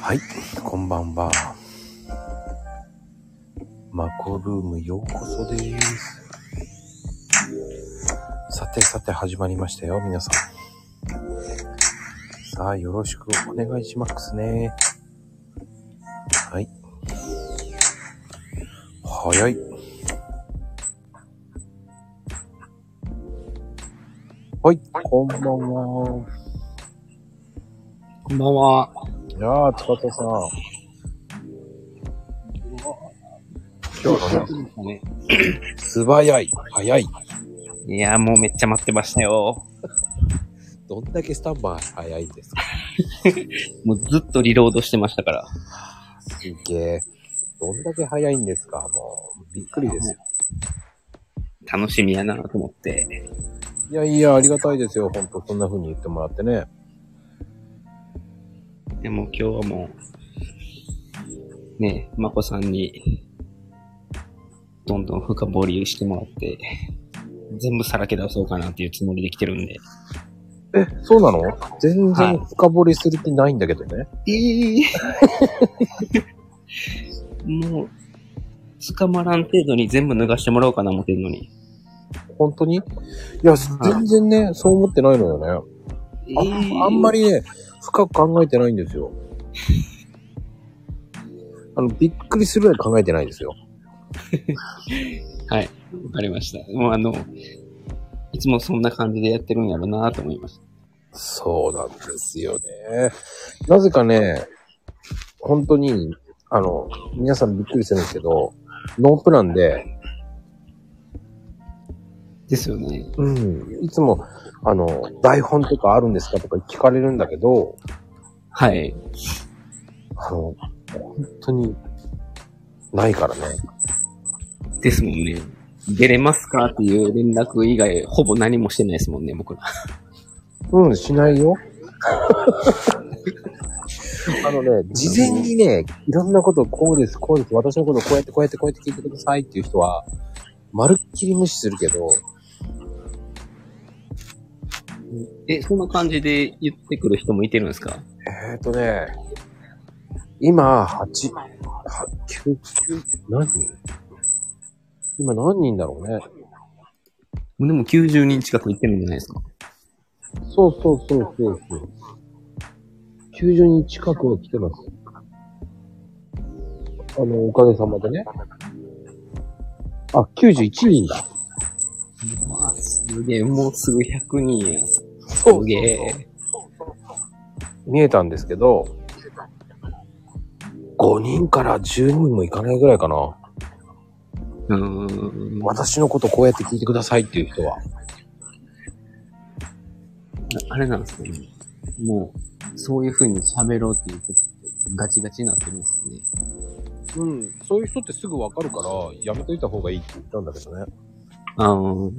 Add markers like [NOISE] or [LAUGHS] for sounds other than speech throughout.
はい、こんばんは。マコルームようこそです。さてさて始まりましたよ、皆さん。さあ、よろしくお願いしますね。はい。早い。はい、こんばんは。こんばんは。いやー、つばたさん。今日のね、素早い、早い。いや、もうめっちゃ待ってましたよ。どんだけスタンバイ早いんですかもうずっとリロードしてましたから。すげえ。どんだけ早いんですかもう、びっくりですよ。楽しみやなと思って。いやいや、ありがたいですよ。ほんと、そんな風に言ってもらってね。でも今日はもう、ねえ、まこさんに、どんどん深掘りしてもらって、全部さらけ出そうかなっていうつもりで来てるんで。え、そうなの全は然い深掘りする気ないんだけどね。ええ [LAUGHS] もう、捕まらん程度に全部脱がしてもらおうかな思ってるのに。本当にいや、全然ね、そう思ってないのよね。あんあんまり。りね、深く考えてないんですよ。あの、びっくりするぐらい考えてないですよ。はい。わかりました。もうあの、いつもそんな感じでやってるんやろうなと思いました。そうなんですよね。なぜかね、本当に、あの、皆さんびっくりするんですけど、ノープランで、ですよね。うん、いつも、あの、台本とかあるんですかとか聞かれるんだけど、はい。あの、本当に、ないからね。ですもんね。出れますかっていう連絡以外、ほぼ何もしてないですもんね、僕ら。うん、しないよ。あのね、事前にね、いろんなことをこうです、こうです、私のことをこうやってこうやってこうやって聞いてくださいっていう人は、まるっきり無視するけど、え、そんな感じで言ってくる人もいてるんですかえっ、ー、とね、今、8、8、9、何人今何人だろうね。でも90人近く行ってるんじゃないですかそうそうそうそうそう。90人近くは来てます。あの、おかげさまでね。あ、91人だ。まあ、すげえ、もうすぐ100人や。すそげえ。見えたんですけど、5人から10人もいかないぐらいかな。うーん。私のことこうやって聞いてくださいっていう人は。あれなんですかね。もう、そういう風に喋ろうっていうこと、ガチガチになってるんですかね。うん、そういう人ってすぐわかるから、やめといた方がいいって言ったんだけどね。あの、うん。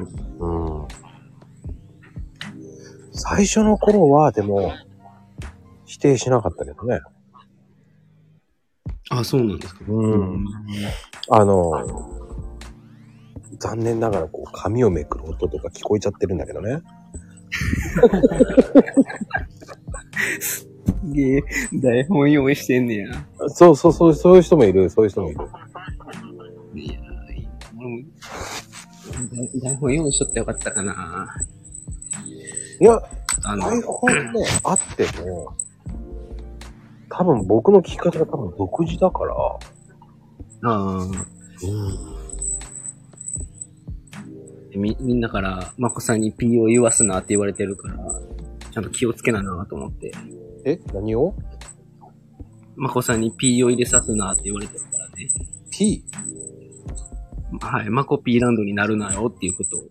最初の頃は、でも、否定しなかったけどね。あ、そうなんですか。うん。あの、残念ながら、こう、髪をめくる音とか聞こえちゃってるんだけどね。げえ、台本用意してんねや。そうそうそう、そういう人もいる、そういう人もいる。いや、俺も、台本用意しとってよかったかな。いや、あの、台本ね、あっても、多分僕の聞き方が多分独自だから、あーみ、みんなから、まこさんに P を言わすなって言われてるから、ちゃんと気をつけななと思って。え何をまこさんに P を入れさすなって言われてるからね。 ?P? はい、マコピーランドになるなよっていうことを。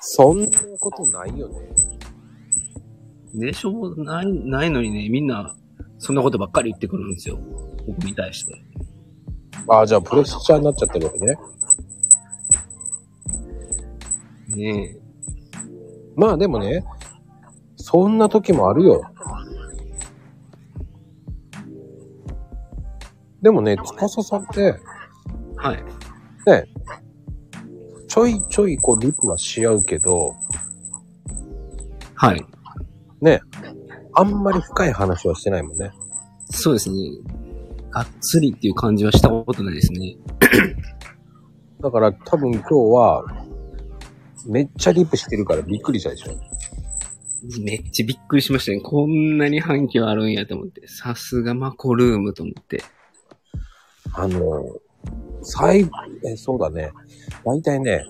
そんなことないよね。でしょない、ないのにね、みんな、そんなことばっかり言ってくるんですよ。僕に対して。ああ、じゃあプレッシャーになっちゃってるわけね。ねえ。まあでもね、そんな時もあるよ。でもね、司さんって、はい。ちょいちょいこう、リプはし合うけど、はい。ね、あんまり深い話はしてないもんね。そうですね。がっつりっていう感じはしたことないですね。だから多分今日は、めっちゃリップしてるからびっくりしたでしょ。めっちゃびっくりしましたね。こんなに反響あるんやと思って。さすがマコルームと思って。あの、最後、え、そうだね。だいたいね、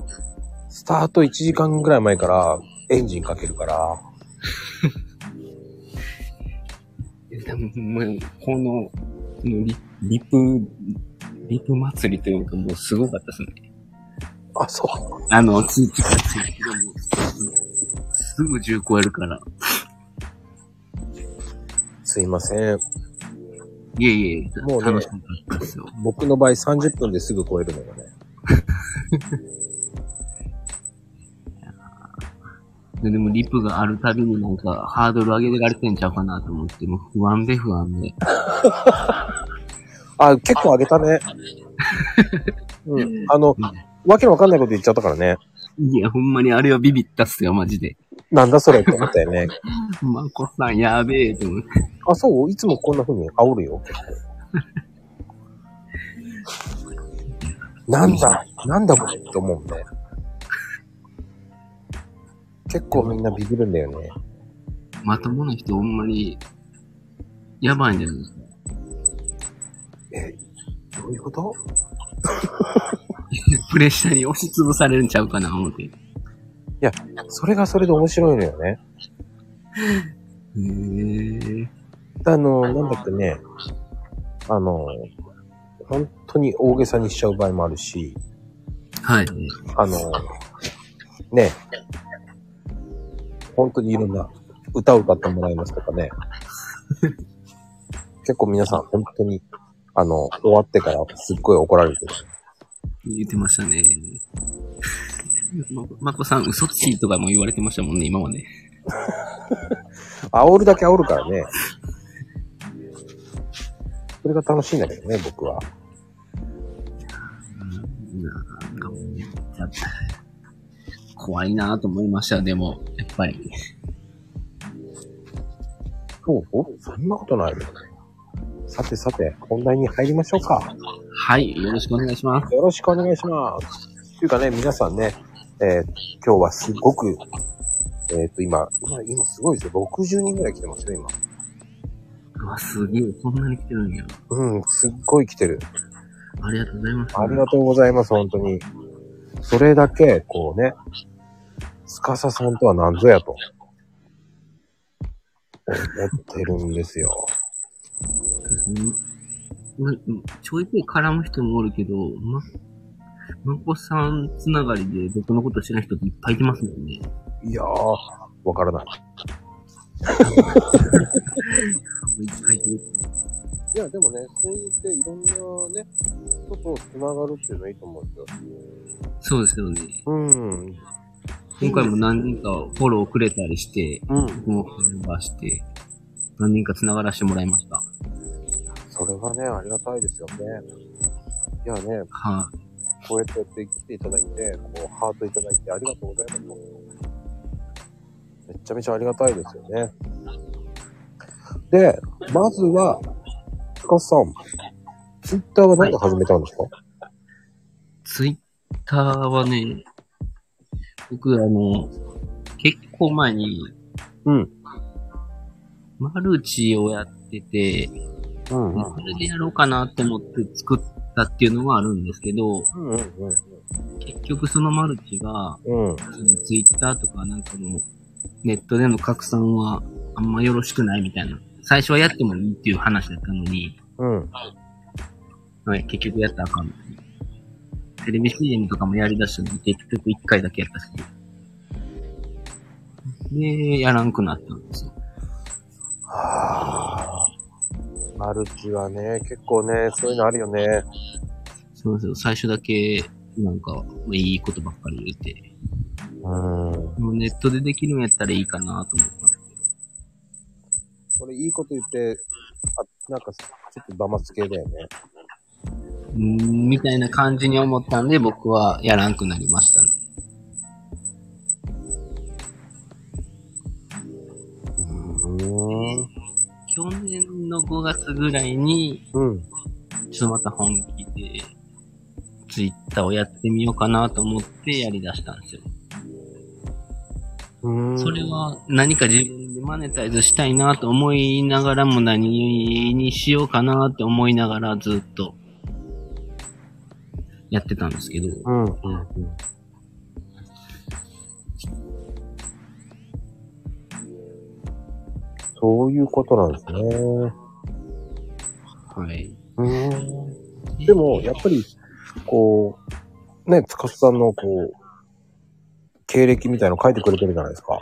スタート1時間ぐらい前からエンジンかけるから、でも、もうこの、このリリプ、リプ祭りというか、もうすごかったですね。あ、そう。あの、通知がついてもうすぐ10超えるから。すいません。いえいえ、もうね楽しかったですよ。僕の場合30分ですぐ超えるのがね。ででも、リプがあるたびになんか、ハードル上げられてんちゃうかなと思って、もう不安で不安で。あ、結構上げたね。うん。あの、わけのわかんないこと言っちゃったからね。いや、ほんまにあれはビビったっすよ、マジで。なんだそれって思ったよ [LAUGHS] ね。マコさん、やべえ、と思って。あ、そういつもこんな風に煽る [LAUGHS] よ。なんだ、なんだこれって思うね。結構みんなビビるんだよね。まともな人、ほんまに、やばいんじゃないですか。どういうことプレッシャーに押しつぶされるんちゃうかな、思って。へそれがそれで面白いのよね。え。あの、なんだっけね、あの、本当に大げさにしちゃう場合もあるし、はい。あの、ね、本当にいろんな歌を歌ってもらいますとかね。 [LAUGHS] 結構皆さん本当に、あの、終わってからすっごい怒られてる。言ってましたね。 [LAUGHS] ままこさん、嘘つきとかも言われてましたもんね、今まで。煽るだけ煽るからね。それが楽しいんだけどね、僕は。なんかもうめっちゃ、怖いなと思いました、でも、やっぱり。そうそんなことないよね。さてさて、本題に入りましょうか。はい、よろしくお願いします。よろしくお願いします。というかね、皆さんね、えー今日はすごく、えっ、と、今、今、今すごいですよ。60人ぐらい来てますよ、今。うわ、すげえ、こんなに来てるんや。うん、すっごい来てる。ありがとうございます。ありがとうございます、本当に。それだけ、こうね、司さんとは何ぞやと、思ってるんですよ。ま、ちょいちょい絡む人もおるけど、ま、まこさんつながりで僕のこと知らん人っていっぱいいてますもんね。いやー、わからない。いっぱいいてる。いや、でもね、そう言っていろんなね、人と繋がるっていうのはいいと思うんですよ。そうですよね。うん。今回も何人かフォローくれたりして、うん。僕もフォローバーして、何人か繋がらせてもらいました。はい、それはね、ありがたいですよね。いやね、こうやってやって来ていただいて、こう、ハートいただいてありがとうございます。めちゃめちゃありがたいですよね。で、まずは、つかさん、ツイッターは何か始めたんですか、ツイッターはね、僕あの、結構前に、うん。マルチをやってて、うんうんそれでやろうかなって思って作ったっていうのはあるんですけど、うんうん結局そのマルチが、うん。うん。ツイッターとかなんかのネットでの拡散はあんまよろしくないみたいな。最初はやってもいいっていう話だったのに、うん。はい、結局やったらあかんみたいな。テレビ CM とかもやりだしたのに結局1回だけやったし。で、やらんくなったんですよ。はぁ。マルチはね、結構ね、そういうのあるよね。そうですよ。最初だけ、なんか、いいことばっかり言って。うん。もうネットでできるんやったらいいかなと思ったんですけど。それいいこと言って、あ、なんか、ちょっとダマつけだよね。うーんみたいな感じに思ったんで、僕はやらんくなりましたね。うの5月ぐらいに、うん。ちょっとまた本気で、ツイッターをやってみようかなと思ってやり出したんですよ。うーんそれ、は何か自分でマネタイズしたいなと思いながらも何にしようかなって思いながらずっとやってたんですけど、うん、うん、うん。そういうことなんですね。はい。うーん。でも、やっぱり、こう、ね、つかすさんの、こう、経歴みたいの書いてくれてるじゃないですか。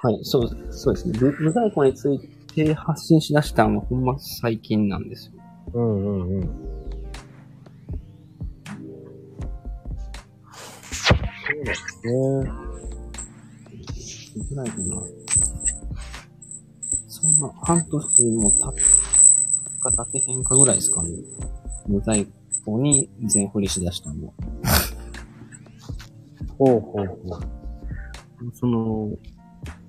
はい、そう、そうですね。ブブザイコについて発信しだしたのはほんま最近なんですよ。うんうんうん。そうですね。ぐらいかな。そんな、半年も経つか経てへんかぐらいですかね。無在庫に全振りしだしたのは。ほうほうほう。その、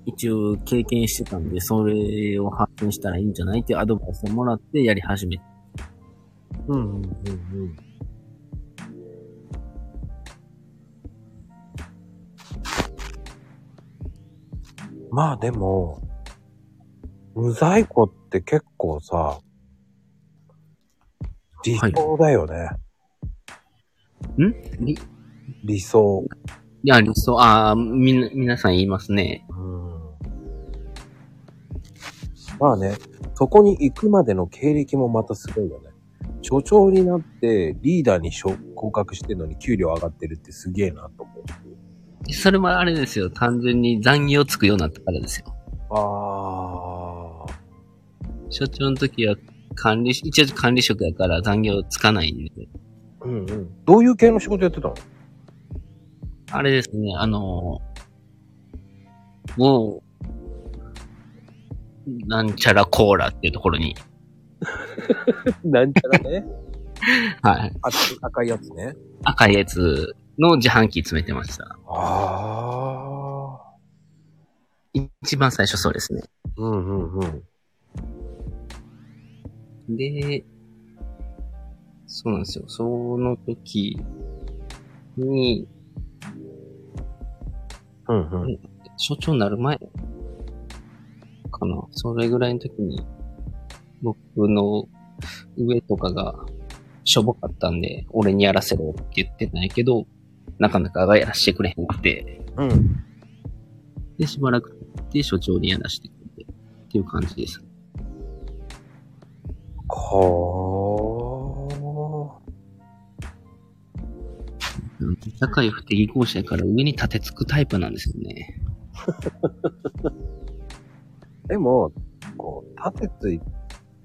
一応経験してたんで、それを発信したらいいんじゃないっていうアドバイスをもらってやり始めて。うんうんうんうん。まあでも、無在庫って結構さ、理想だよね。んりい理想。や、理想、ああ、みんな、皆さん言いますね。うんまあね、そこに行くまでの経歴もまたすごいよね。所長になってリーダーに昇格してるのに給料上がってるってすげえなと思それもあれですよ。単純に残業つくようになったからですよ。う。ああ。所長の時は管理、一応管理職やから残業つかないんで。うんうん。どういう系の仕事やってたのあれですね、あの、もう、なんちゃらコーラっていうところに、なんちゃらね。はい。 [LAUGHS] あ赤いやつね。赤いやつの自販機詰めてました。ああ。一番最初そうですね。うんうんうん。で、そうなんですよ。その時に、うんうん。所長になる前かな。それぐらいの時に、僕の上とかがしょぼかったんで、俺にやらせろって言ってたんやけど、なかなかやらしてくれへんくて、うん。で、しばらくで所長にやらしてくれて、っていう感じです。はうん社会不適合者やから上に立てつくタイプなんですよね。あ。でも、こう、立てつい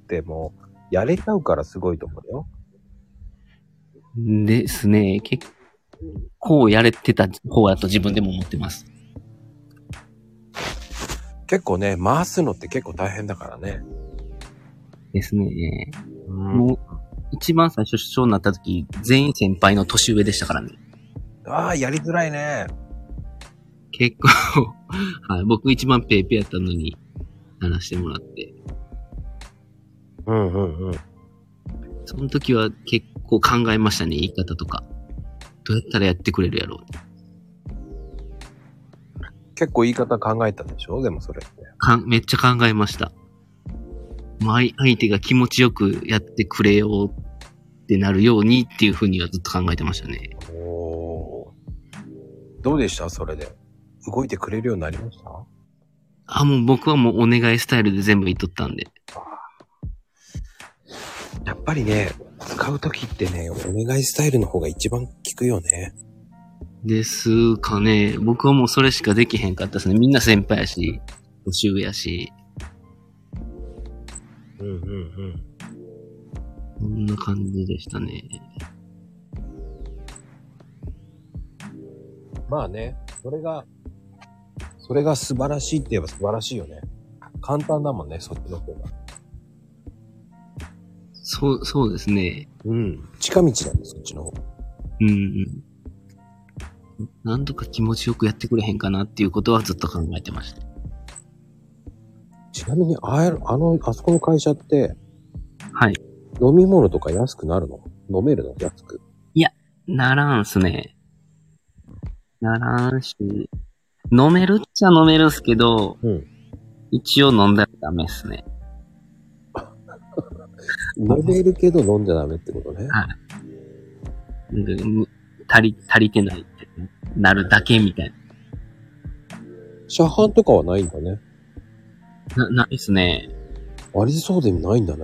ても、やれちゃうからすごいと思うよ。ですね。結構やれてた方やと自分でも思ってます。結構ね、回すのって結構大変だからね。ですね。うん。もう、一番最初、首相になった時、全員先輩の年上でしたからね。ああ、やりづらいね。結構、 [LAUGHS] はい、僕一番ペーペーやったのに、やらしてもらって。うんうんうん。その時は結構考えましたね、言い方とか。どうやったらやってくれるやろう。結構言い方考えたでしょでもそれって。かんめっちゃ考えました。まあ相相手が気持ちよくやってくれようってなるようにっていうふうにはずっと考えてましたね。おお。どうでしたそれで。動いてくれるようになりましたあ、もう僕はもうお願いスタイルで全部言っとったんで。やっぱりね、使うときってね、お願いスタイルの方が一番効くよね。ですかね。僕はもうそれしかできへんかったですね。みんな先輩やし、年上やし、うんうんうん。こんな感じでしたね。まあね、それが、それが素晴らしいって言えば素晴らしいよね。簡単だもんね、そっちの方が。そう、そうですね。うん。近道だね、そっちの方が。うんうん。なんとか気持ちよくやってくれへんかなっていうことはずっと考えてました。ちなみに、あえあの、あそこの会社って、はい。飲み物とか安くなるの飲めるの安く。ならんすね。ならんし、飲めるっちゃ飲めるっすけど、うん一応飲んだらダメっすね。 [LAUGHS] 飲めるけど飲んじゃダメってことね。はいでむ足り、足りてないってなるだけみたい車販とかはないんだね。な。な、ないっすね。ありそうでもないんだね。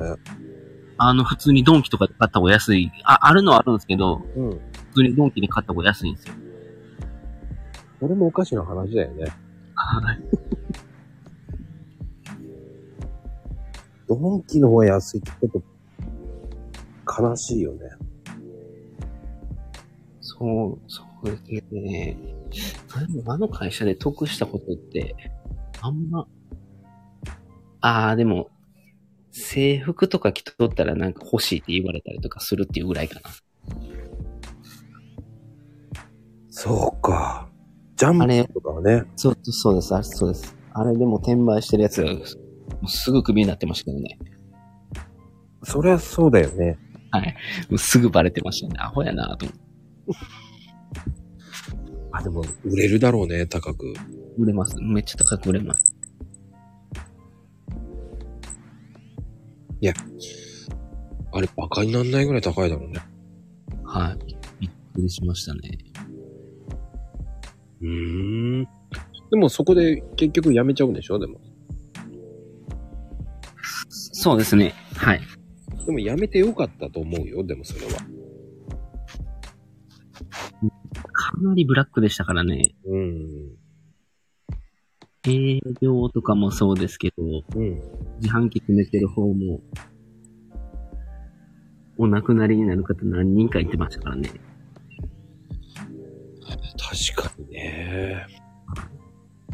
あの、普通にドンキとかで買った方が安い。あ、あるのはあるんですけど、うん。普通にドンキで買った方が安いんですよ。これもおかしな話だよね。はい。ドンキの方が安いってちょっと、悲しいよね。そう、そうですね。あれもあの会社で得したことって、あんま、ああ、でも、制服とか着とったらなんか欲しいって言われたりとかするっていうぐらいかな。そうか。ジャンあれプとかはね。そう、そうです。あそうです。あれでも転売してるやつが、もうすぐクビになってましたけどね。そりゃそうだよね。もうすぐバレてましたね。アホやなと思って。あ、でも、売れるだろうね、高く。売れます。めっちゃ高く売れます。あれ、馬鹿になんないぐらい高いだろうね。はい。びっくりしましたね。うーん。でも、そこで結局やめちゃうんでしょでも。そうですね。はい。でも、やめてよかったと思うよ、でもそれは。かなりブラックでしたからね。うん。営業とかもそうですけど、うん。自販機詰めてる方も、お亡くなりになる方何人かいてましたからね。確かにね。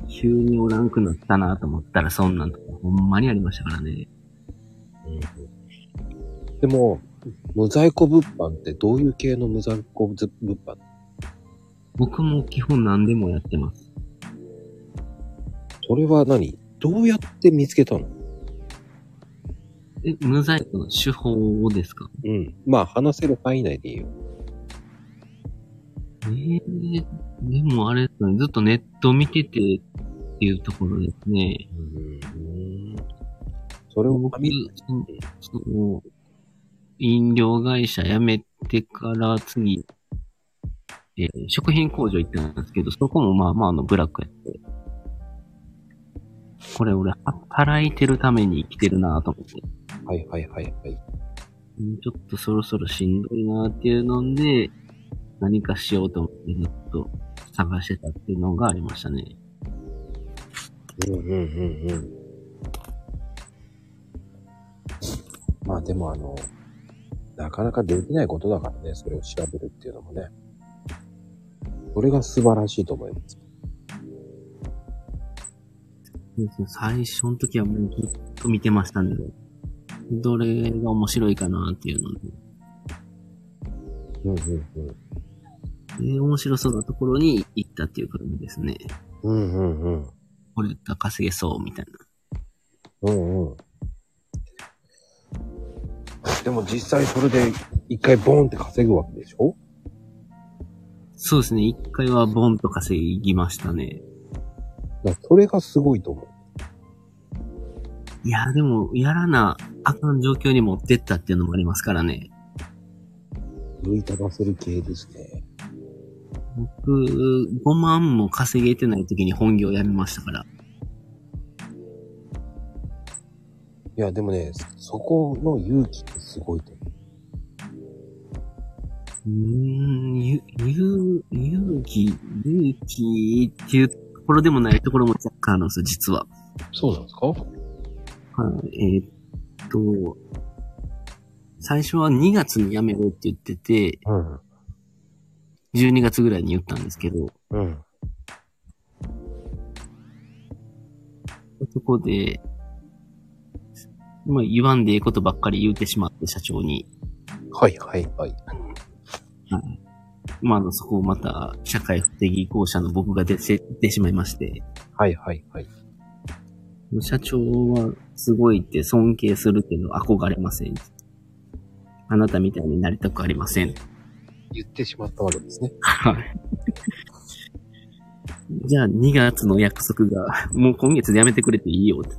急におらんくなったなと思ったらそんなんとかほんまにありましたからね。うん。でも、無在庫物販ってどういう系の無在庫物販僕も基本何でもやってます。それは何どうやって見つけたのえ、無在庫の手法ですかうん。まあ、話せる範囲内でいいよ。えー、でもあれですね、ずっとネット見ててっていうところですね。うん。それを僕、見その、飲料会社辞めてから次、えー食品工場行ってたんですけど、そこもまあまああのブラックやって。これ俺、働いてるために生きてるなと思って。はいはいはいはい。うんちょっとそろそろしんどいなっていうので、何かしようと思ってずっと探してたっていうのがありましたね。うんうんうんうん。まあでもあの、なかなかできないことだからね、それを調べるっていうのもね。それが素晴らしいと思います。そうそう最初の時はもうずっと見てましたね。どれが面白いかなっていうので。うんうんで面白そうなところに行ったっていう感じですね。うん。うんうんうん。これが稼げそうみたいうな。んうん。でも実際それで一回ボーンって稼ぐわけでしょそうですね。一回はボンと稼ぎましたね。だからそれがすごいと思う。いや、でも、やらなあかん状況に持ってったっていうのもありますからね。奮い立たせる系ですね。僕、5万も稼げてない時に本業辞めましたから。いや、でもね、そこの勇気ってすごいと思うーん、ゆ、ゆ、勇気、勇気っていうところでもないところも若干あるんですよ、実は。う。そうなんですかはい、えーっと、最初は2月に辞めろって言ってて、うん。 12月ぐらいに言ったんですけど、うん。そこで、まあ言わんでええことばっかり言うてしまって、社長に。はいはいはい。まああの、そこをまた、社会不適合者の僕が出て、出てしまいまして、はいはいはい。社長はすごいって尊敬するけど憧れません。あなたみたいになりたくありません。言ってしまったわけですね。はい。じゃあ2月の約束が、 [LAUGHS] もう今月でやめてくれていいよって。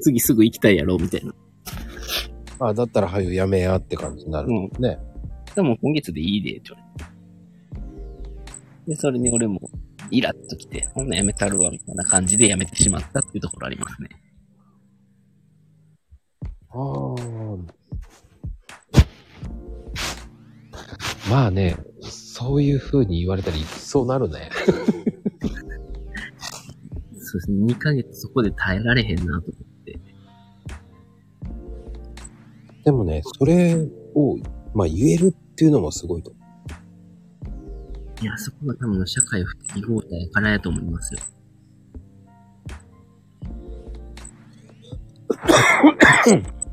次すぐ行きたいやろ、みたいな。あだったら早くやめやって感じになる。うん。ね。でも今月でいいで、って言われてで、それに俺も、イラッときて、ほんなやめたるわ、みたいな感じでやめてしまったっていうところありますね。ああ。まあね、そういう風に言われたり、そうなるね。そうですね。2ヶ月そこで耐えられへんなと思って。でもね、それを、まあ言えるっていうのもすごいと思いや、そこが多分社会不適合体やからやと思います [COUGHS] よ。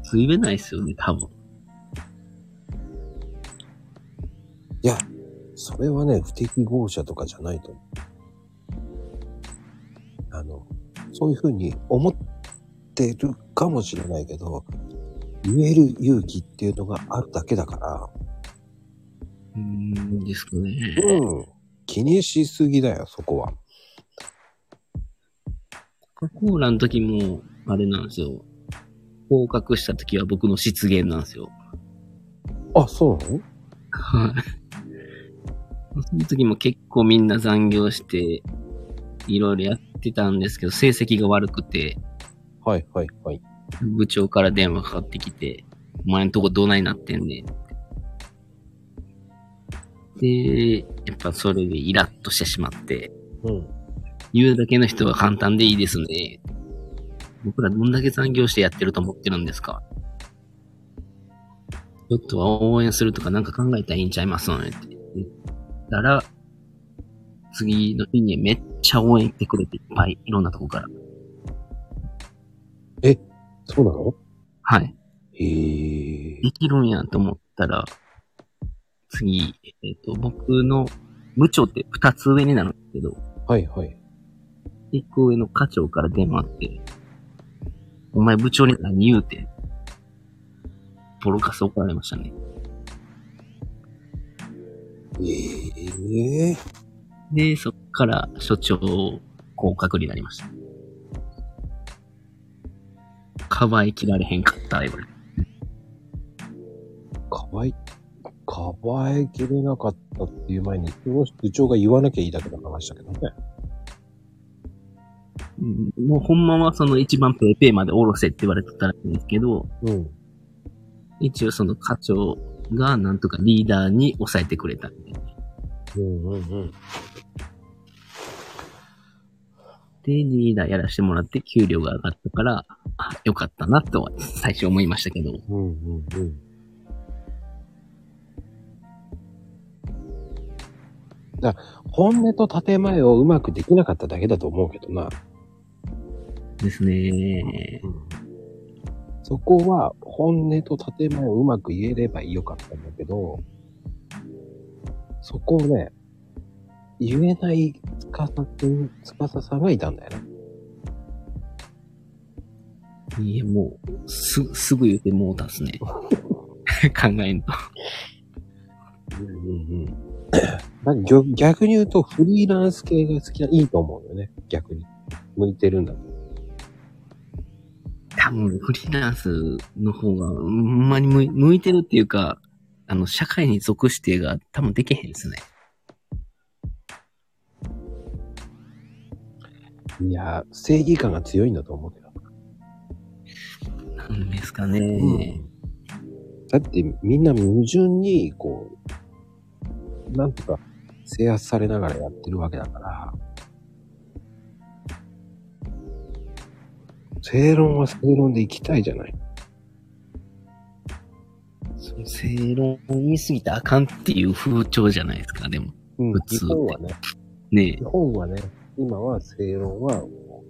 ついべないですよね、多分。う。いや、それはね、不適合者とかじゃないと思う。あの、そういう風に思ってるかもしれないけど、言える勇気っていうのがあるだけだから、うーん、ですかね。うん。気にしすぎだよ、そこは。コカ・コーラの時も、あれなんですよ。合格した時は僕の失言なんですよ。あ、そうなのはい。その時も結構みんな残業して、いろいろやってたんですけど、成績が悪くて、はいはいはい。部長から電話かかってきて、お前んとこどないなってんねん。で、やっぱそれでイラッとしてしまって、うん。言うだけの人は簡単でいいですね。僕らどんだけ残業してやってると思ってるんですかちょっとは応援するとかなんか考えたらいいんちゃいますのねって言ったら、次の日にめっちゃ応援してくれていっぱい、いろんなとこから。そうなのはい。へえ。できるんやと思ったら、次、えっ、と、僕の部長って二つ上になるんですけど、はいはい。一個上の課長から電話あって、お前部長に何言うて、ボロカス怒られましたね。ええ。で、そっから所長降格になりました。かばいきられへんかった、言われて。かばい、かばえきれなかったっていう前に、その部長が言わなきゃいいだけの話だけどね。うんもうほんまはその一番ペーペーまで下ろせって言われてたらしいんですけど、うん。一応その課長がなんとかリーダーに抑えてくれたんで。うんうんうん。で、リーダーやらせてもらって給料が上がったから、あ、よかったなとは最初思いましたけど、うんうんうん。だから本音と建前をうまくできなかっただけだと思うけどな。ですね。そこは本音と建前をうまく言えればよかったんだけど、そこをね、言えないつかさくん、つかささんがいたんだよね。いや、もう、す、すぐ言ってもうたっすね。 [LAUGHS] 考えんと。うん [COUGHS] うんうん。逆逆に言うとフリーランス系が好きな、いいと思うんだよね。逆に。向いてるんだと。多分、フリーランスの方が、ほんまに向い向いてるっていうか、あの、社会に属してが多分できへんですね。いやー、正義感が強いんだと思うけど。なんですかね。だってみんな矛盾に、こう、なんとか制圧されながらやってるわけだから、正論は正論で行きたいじゃない。その正論に過ぎたらあかんっていう風潮じゃないですか、でも。うん普日通本はね、ね日本はね、今は正論は、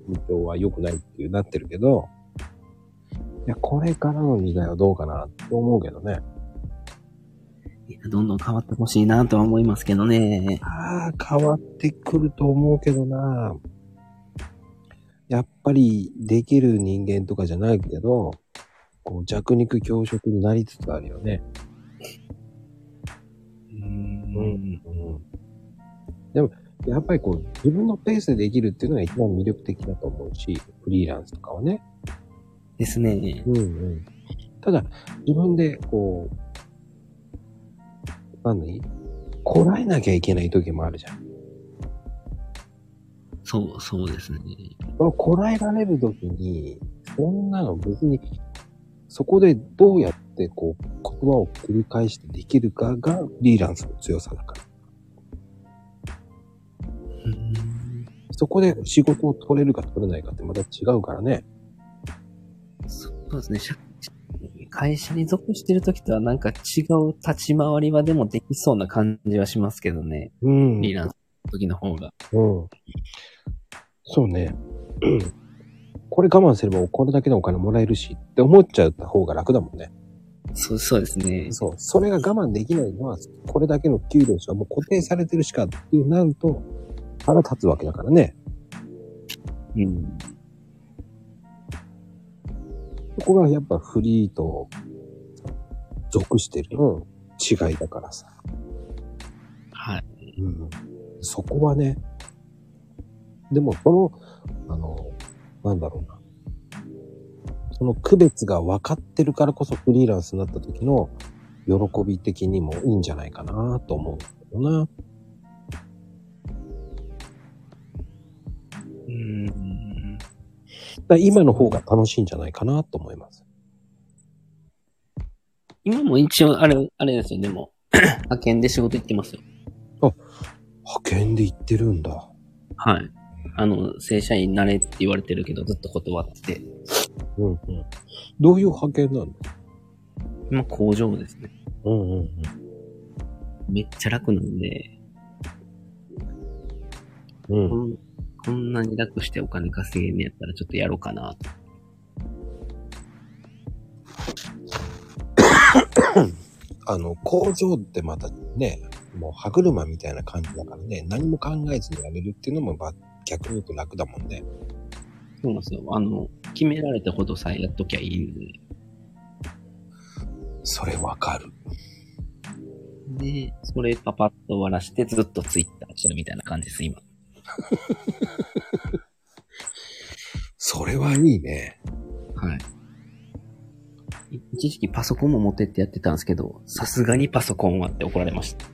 無調は良くないっていうなってるけど、いや、これからの時代はどうかなと思うけどね。え。いやどんどん変わってほしいなとは思いますけどね。ああ、変わってくると思うけどな。やっぱりできる人間とかじゃないけど、こう弱肉強食になりつつあるよね。うん。でも、やっぱりこう、自分のペースでできるっていうのが一番魅力的だと思うし、フリーランスとかはね。ですね。うんうん。ただ、自分でこう、なんだいこらえなきゃいけない時もあるじゃん。そう、そうですね。そのこらえられる時に、そんなの別に、そこでどうやってこう、言葉を繰り返してできるかがフリーランスの強さだから。うんそこで仕事を取れるか取れないかってまた違うからね。そうですね。社会社に属してる時とはなんか違う立ち回りはでもできそうな感じはしますけどね。うんリーランスの時の方が。うん。そうね。 [CLEARS THROAT] うんこれ我慢すればこれだけのお金もらえるしって思っちゃった方が楽だもんね。そう、そうですね。そう。それが我慢できないのは、これだけの給料しかもう固定されてるしかってなると腹立つわけだからね。うん。そこがやっぱフリーと属してる違いだからさ。はい。うん。そこはね、でもその、あの、なんだろうな。その区別が分かってるからこそフリーランスになった時の喜び的にもいいんじゃないかなと思うんだけどな。うん。だから今の方が楽しいんじゃないかなと思います。今も一応、あれ、あれですよ、でも。 [CLEARS THROAT] 派遣で仕事行ってますよ。派遣で行ってるんだ。はい。あの、正社員になれって言われてるけど、ずっと断ってて。うんうん。どういう派遣なんだ今、工場ですね。うんうんうん。めっちゃ楽なんで、うんこんこんなに楽してお金稼げんねやったらちょっとやろうかなと。あの、工場ってまたね、もう歯車みたいな感じだからね、何も考えずにやれるっていうのも、まあ逆に言うと楽だもんね。そうなんですよ。あの、決められたことさえやっときゃいいんで。それわかる。で、それパパッと終わらして、ずっとツイッターしてるみたいな感じです、今。それはいいね。はい。い一時期パソコンも持ってってやってたんですけど、さすがにパソコンはって怒られました。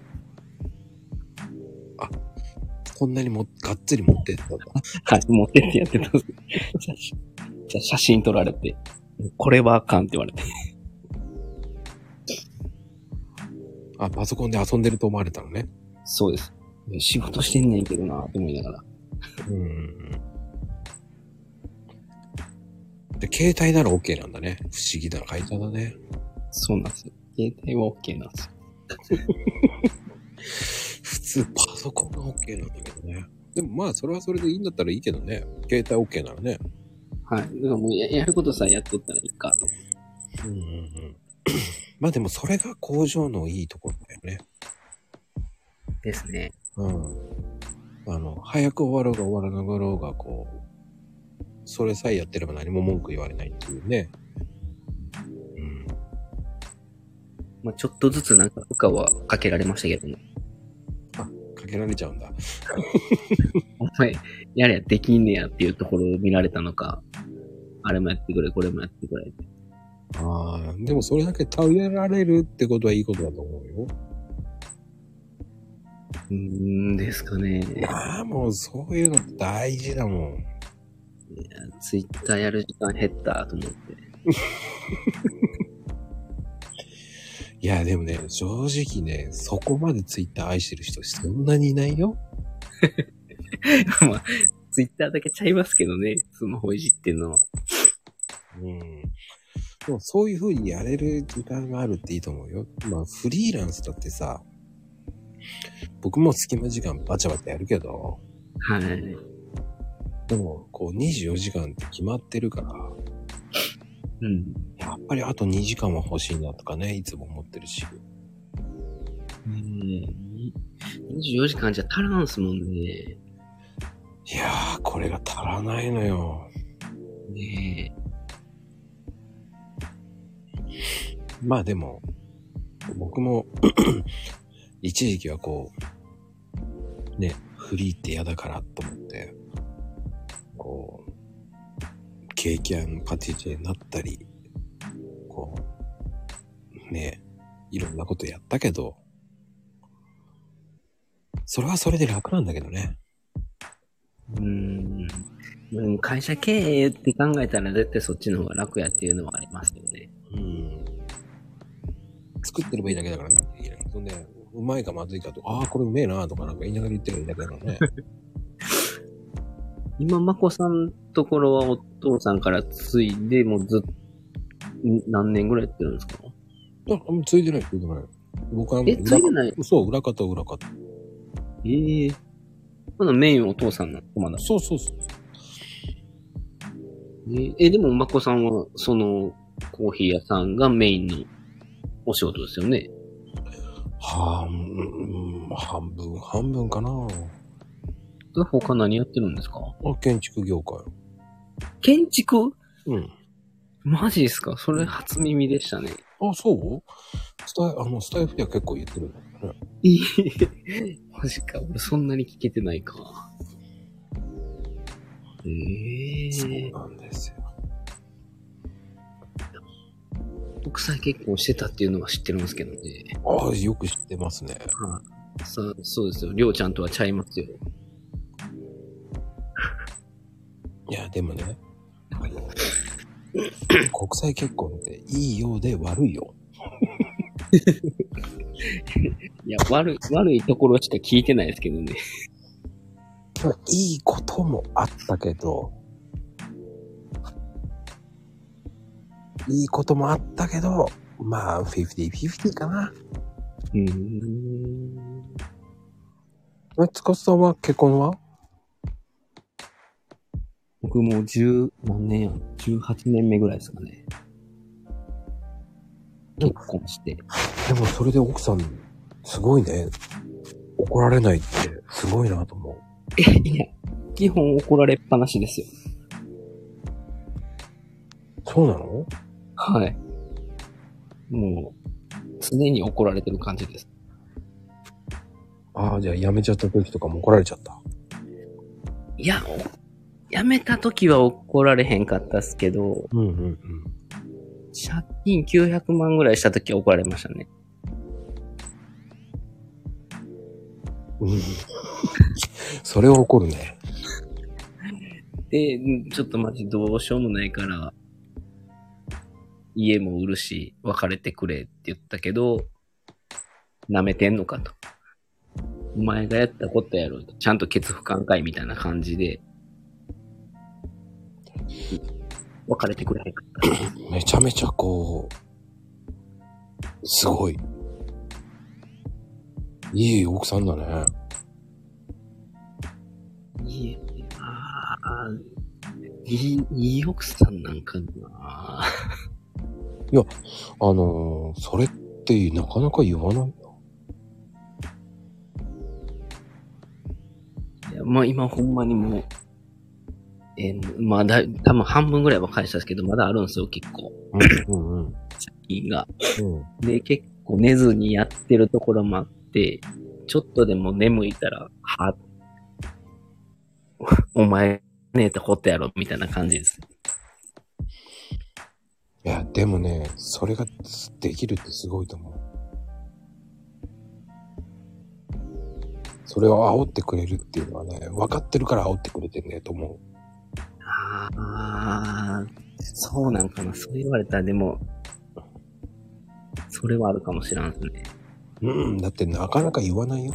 こんなにも、がっつり持って [LAUGHS] ったんだ。はい、持ってってやってたんですけど。 [LAUGHS] 写真写写真撮られて、これはあかんって言われて。あ、パソコンで遊んでると思われたのね。そうです。仕事してんねんけどなと思いながら。うん。で、携帯なら OK なんだね。不思議な会社だね。そうなんですよ。携帯は OK なんですよ。普通、パソコンが OK なんだけどね。でもまあ、それはそれでいいんだったらいいけどね。携帯 OK ならね。はい。だからもうややることさえやっとったらいいかと。うんうんうん。まあでもそれが工場のいいところだよね。ですね。うん。あの、早く終わろうが終わらなかろうが、こう、それさえやってれば何も文句言われないっていうね。うん。まあちょっとずつなんか負荷はかけられましたけどね。かけられちゃうんだ。お前、やれやできんねやっていうところを見られたのか、あれもやってくれ、これもやってくれ。ああ、でもそれだけ食べられるってことはいいことだと思うよ。うーんですかね。ああ、もうそういうのって大事だもん。ツイッターやる時間減ったと思って。 [LAUGHS] いや、でもね、正直ね、そこまでツイッター愛してる人そんなにいないよ。まあ、ツイッターだけちゃいますけどね、スマホいじってんのは。うん。でもそういう風にやれる時間があるっていいと思うよ。まあフリーランスだってさ、僕も隙間時間バチャバチャやるけど、はい。でもこう24時間って決まってるから、うん。やっぱりあと2時間は欲しいなとかね、いつも思ってるし。ねえ24時間じゃ足らんすもんね。いやー、これが足らないのよ。ねまあでも、僕も、 [CLEARS THROAT] 一時期はこう、ね、フリーって嫌だからと思って、こう、ケーキ屋のパティシエになったり、こう、ね、いろんなことやったけど、それはそれで楽なんだけどね。え。うん。うん会社経営って考えたら絶対そっちの方が楽やっていうのはありますよね。うん。作ってればいいだけだからね。いやそんで、うまいかまずいかと、ああ、これうめえなとかなんか言いながら言ってるだけだからね。今、まこさんところはお父さんから継いで、もうずっん何年ぐらいやってるんですかあ、あんまついてない、ついてない。僕は、え、継いでないいそう、裏方、裏方。ええまだメインはお父さんなのまだ。そうそうそう。えーえ、でも、まこさんは、その、コーヒー屋さんがメインのお仕事ですよね。はあ、うん、うん半分、半分かな。で他何やってるんですかあ建築業界。建築うん。マジですかそれ初耳でしたね。あ、そうスタイ、あの、スタイフでは結構言ってるんだよね。いえ [LAUGHS] マジか。俺そんなに聞けてないか。ええそうなんですよ。国際結婚してたっていうのは知ってるんですけどね。ああ、よく知ってますね。はい、さそうですよ。りょうちゃんとはちゃいますよ。いや、でもね、あ [LAUGHS] の国際結婚っていいようで悪いよ。いや、悪い、悪いところしか聞いてないですけどね。まあいいこともあったけど、いいこともあったけど、まあ、50-50かな。うん。え、つかさんは結婚は僕もう十、何年や ?18 年目ぐらいですかね。結婚して。 [LAUGHS] でもそれで奥さん、すごいね。怒られないって、すごいなと思う。いや、基本怒られっぱなしですよ。そうなのはい。もう、常に怒られてる感じです。ああ、じゃあ辞めちゃった時とかも怒られちゃった。いや、お辞めた時は怒られへんかったっすけど、うんうんうん。借金900万ぐらいした時は怒られましたね。うん、 [LAUGHS] それは怒るね。で、んちょっとマジどうしようもないから、家も売るし、別れてくれって言ったけど、舐めてんのかと。お前がやったことやろと。ちゃんと決不寛解みたいな感じで、別れてくれへんかっめちゃめちゃこう、すごい。いい奥さんだね。た。いい、ああ、いい、いい奥さんなんかな。あのーそれってなかなか言わない。いやまあ今ほんまにもう、えーまあだい、多分半分ぐらいは返したんですけど、まだあるんですよ、結構。うんうんうん。借金が。うんで、結構寝ずにやってるところもあって、ちょっとでも眠いたら、は、 [LAUGHS] お前、ねえってことやろ、みたいな感じです。いや、でもね、それができるってすごいと思う。それを煽ってくれるっていうのはね、分かってるから煽ってくれてんだよと思ああ、そうなんかな。そう言われたら、でも、それはあるかもしれんですね。う。うん、だってなかなか言わないよ。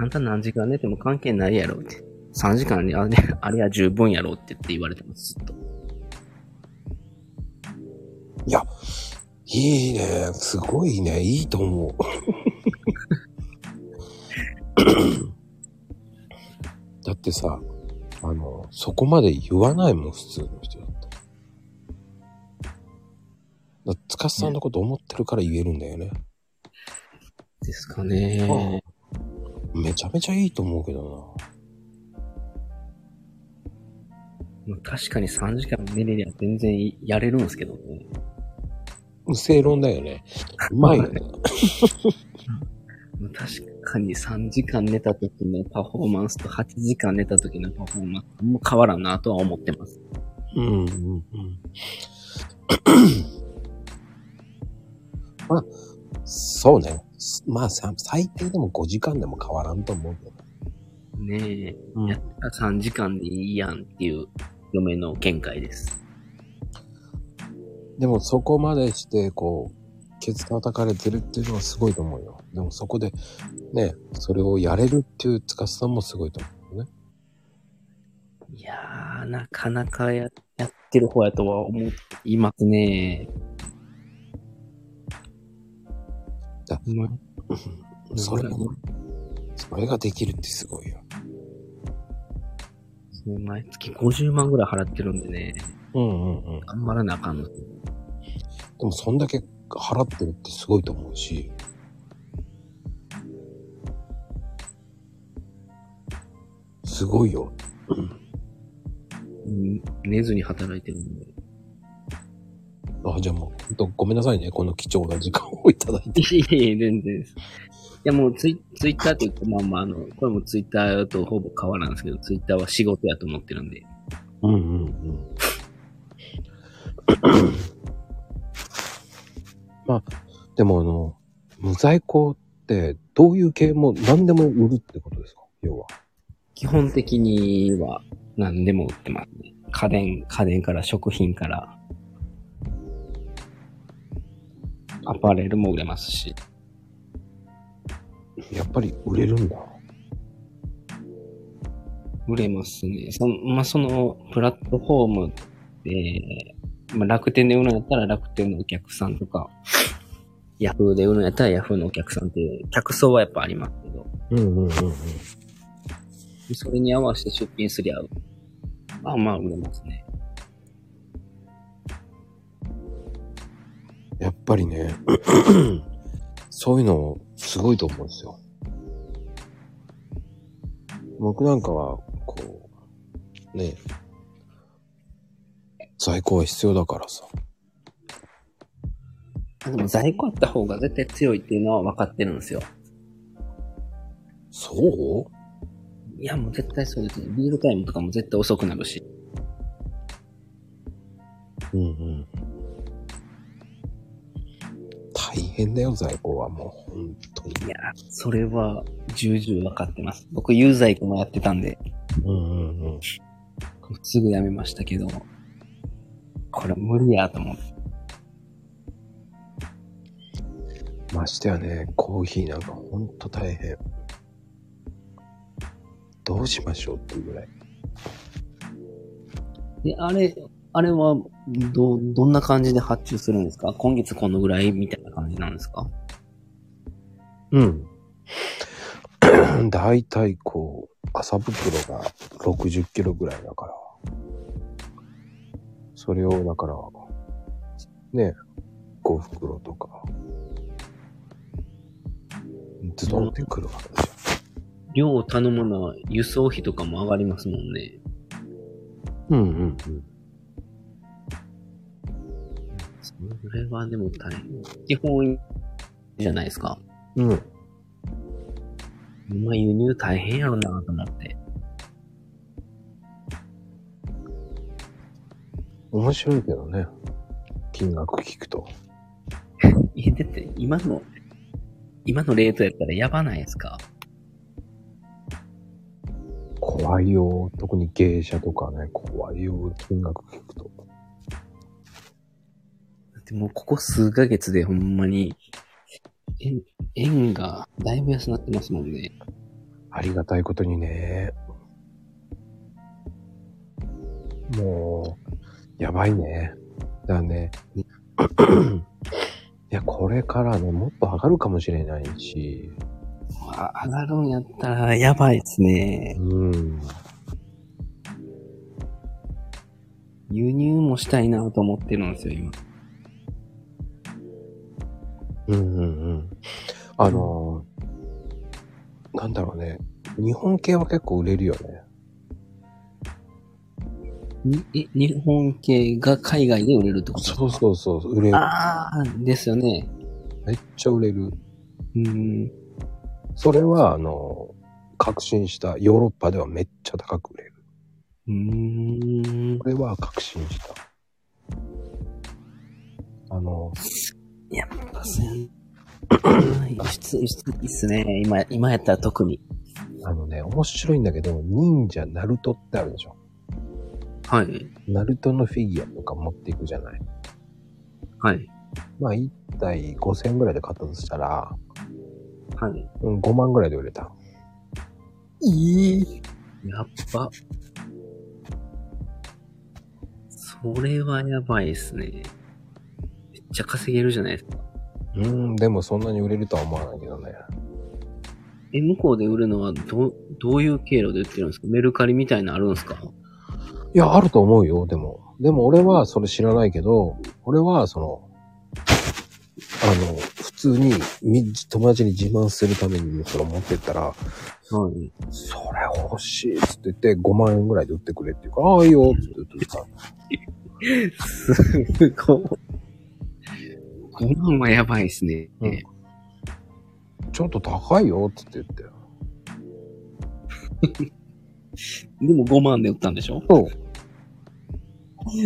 あんた何時間寝ても関係ないやろって。3時間にあれ、 [LAUGHS] あれは十分やろってって言われてます、ずっと。いいね、すごいね、いいと思う。だってさ、あの、そこまで言わないもん、普通の人だったら。つかさんのこと思ってるから言えるんだよね。ですかね。あめちゃめちゃいいと思うけどな。まあ、確かに3時間寝れりゃ全然やれるんですけどね。正論だよね。うまいよね。まあ確かに3時間寝た時のパフォーマンスと8時間寝た時のパフォーマンスも変わらんなとは思ってます。うんうんうん。まあ、そうね。まあ、さ最低でも5時間でも変わらんと思うけど。ねえ、うんやったら3時間でいいやんっていう嫁の見解です。でもそこまでして、こう、ケツ叩かれてるっていうのはすごいと思うよ。でもそこで、ね、それをやれるっていうつかさんもすごいと思うよね。いやー、なかなかややってる方やとは思いますね。だまそれがなんかそれができるってすごいよ。そう毎月50万ぐらい払ってるんでね、うんうんうん。で頑張らなあかんの。もそんだけ払ってるってすごいと思うし。すごいよ。うん寝ずに働いてるんで。 [LAUGHS] あ、じゃあもう、ほんとごめんなさいね。この貴重な時間をいただいて。いえいえ、全然です。いや、もうツイツイッターって言って、まあまあ、あの、これもツイッターとほぼ変わらんですけど、ツイッターは仕事やと思ってるんで。うんうんうん。まあ、でもあの、無在庫って、どういう系も何でも売るってことですか要は。基本的には何でも売ってますね。家電、家電から食品から、アパレルも売れますし。やっぱり売れるんだ。売れますね。その、まあ、そのプラットフォームで、まあ、楽天で売るのやったら楽天のお客さんとか、ヤフーで売るのやったらヤフーのお客さんっていう客層はやっぱありますけど、うんうんうんうん。それに合わせて出品すりゃ、まあまあ売れますね。やっぱり [COUGHS] ね、そういうのすごいと思うんですよ。僕なんかは、こう、ね、在庫は必要だからさ。でも在庫あった方が絶対強いっていうのは分かってるんですよ。そういや、もう絶対そうですね。リードタイムとかも絶対遅くなるし。うんうん。大変だよ、在庫はもう、本当に。いや、それは重々分かってます。僕、有在庫もやってたんで、うんうんうん。すぐやめましたけど、これ無理やと思って。ましてやね、コーヒーなんかほんと大変。どうしましょうっていうぐらい。で、あれ、あれは、ど、どんな感じで発注するんですか今月このぐらいみたいな感じなんですかうん。だいたいこう、麻袋が60キロぐらいだから。それを、だから、ね、5袋とか、ズドンってくるわけでし量を頼むのは輸送費とかも上がりますもんね。ょ。うんうんうん。それはでも大変。基本、じゃないですか。うん。今輸入大変やろなと思って。面白いけどね。金額聞くと。え、だって今の、今のレートやったらやばないですか怖いよ。特に芸者とかね、怖いよ。金額聞くと。だってもうここ数ヶ月でほんまに、円、円がだいぶ安なってますもんね。ありがたいことにね。もう、やばいね。だからね。いや、これからね、もっと上がるかもしれないし。あ上がるんやったらやばいですね。うん。輸入もしたいなと思ってるんですよ、今。うんうんうん。あのなんだろうね。日本系は結構売れるよね。にえ日本系が海外で売れるってことそうそうそう、売れる。ああ、ですよね。めっちゃ売れる。うん。それは、あの、確信した。ヨーロッパではめっちゃ高く売れる。うーん [COUGHS] こ。れは確信した。あの、やっぱせん。輸出、輸出いいっすね。今、今やったら特に。あのね、面白いんだけど、忍者ナルトってあるでしょ。はい。ナルトのフィギュアとか持っていくじゃない。はい。まあ、1体5000円ぐらいで買ったとしたら、はい。うん、5万ぐらいで売れた。いい。やっば。それはやばいっすね。めっちゃ稼げるじゃないですか。うん、でもそんなに売れるとは思わないけどね。え、向こうで売るのはど、どういう経路で売ってるんですかメルカリみたいなのあるんですかいや、あると思うよ、でも。でも俺はそれ知らないけど、俺はその、あの、普通にみ友達に自慢するためにそれ持ってったら、 [LAUGHS] はい。それ欲しいっつって言って5万円ぐらいで売ってくれっていうから、ああ、いいよっつって言ってさ、すごい。5万はやばいっすね。うんちょっと高いよっつって言って。でも5万で売ったんでしょそう。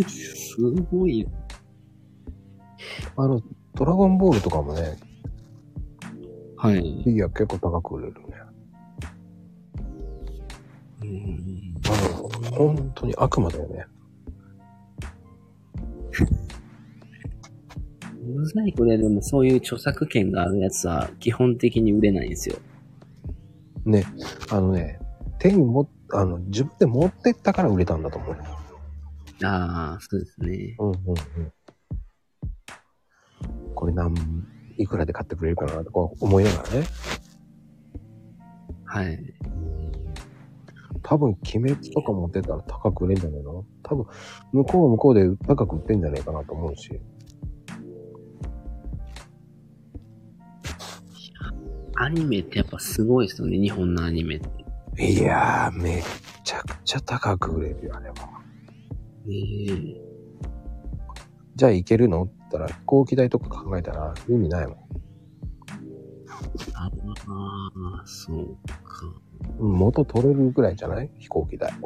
すごいよ。あの、ドラゴンボールとかもね、はい。フィギュア結構高く売れるね。うんあの、本当に悪魔だよね。ブザイクででもそういう著作権があるやつは基本的に売れないんですよ。ね、あのね、手にも、あの、自分で持ってったから売れたんだと思うよ。ああ、そうですね。うんうんうん。これなん、いくらで買ってくれるかなとか思いながらね。はい。多分、鬼滅とか持ってたら高く売れんじゃねえの多分、向こうは向こうで高く売ってんじゃねえかなと思うし。アニメってやっぱすごいですよね、日本のアニメって。いやー、めっちゃくちゃ高く売れるよ、あれは。ねじゃあ行けるのって言ったら、飛行機代とか考えたら意味ないもん。え。ああ、そうか。うん元取れるぐらいじゃない飛行機代。やっ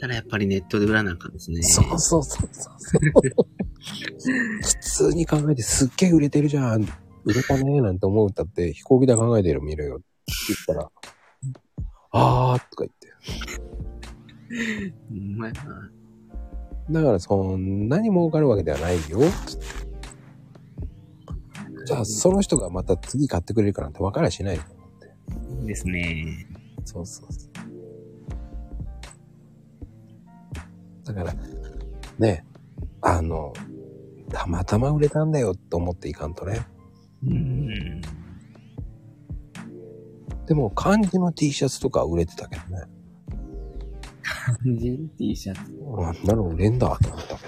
たらやっぱりネットで売らなあかんですね。そうそうそうそう。 [LAUGHS] 普通に考えてすっげえ売れてるじゃん。売れたねーなんて思うたって飛行機で考えてる見るよって言ったら、あーとか言って。ほんまやな。だからそんなに儲かるわけではないよ。じゃあその人がまた次買ってくれるかなんて分からしない。ですね。そうそうそう。だから、ね、あの、たまたま売れたんだよと思っていかんとね。うん。でも漢字の T シャツとか売れてたけどね。漢字の T シャツ。あんなの売れんだと思ったけ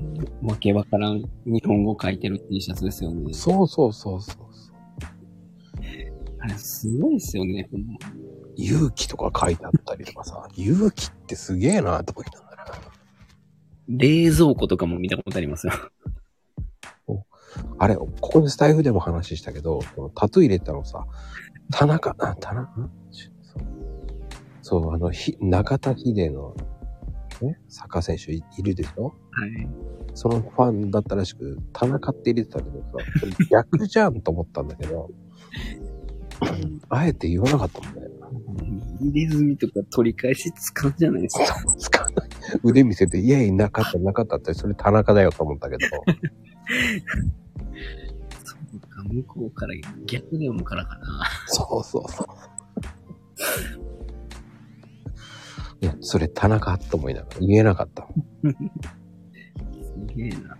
どね。わけわからん日本語書いてる T シャツですよね。そうそうそうそうそう。あれすごいですよね。ほんま勇気とか書いてあったりとかさ、勇気ってすげえなとか言いながら。冷蔵庫とかも見たことありますよ。あれ、ここでスタイフでも話したけど、このタトゥー入れたのさ、田中、あ、田中んそうそう、あの、ひ中田秀の、ね、サッカー選手いいるでしょはい。そのファンだったらしく、田中って入れてたけどさ、これ逆じゃんと思ったんだけど、あえて言わなかったもんね。入れ墨とか取り返しつかんじゃないですか。つかない。腕見せて、イエイ、なかった、なかったって、それ田中だよと思ったけど。向こうから逆で読むからかな。そうそうそう。いや、それ田中と思いながら言えなかった。すげえな。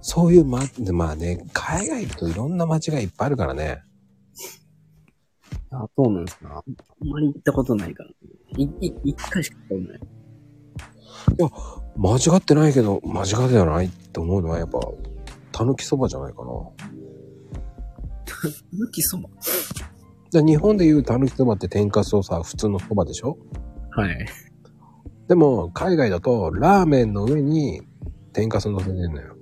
そういうま、まあね、海外行くといろんな間違いいっぱいあるからね。あ、そうなんですか。あんまり行ったことないから。い、い、一回しか行ったことない。間違ってないけど、間違ってないって思うのはやっぱ、たぬきそばじゃないかな。抜きそばじゃあ日本でいうたぬきそばって天かすをさ、普通のそばでしょはい。でも、海外だと、ラーメンの上に天かす乗せてんのよ。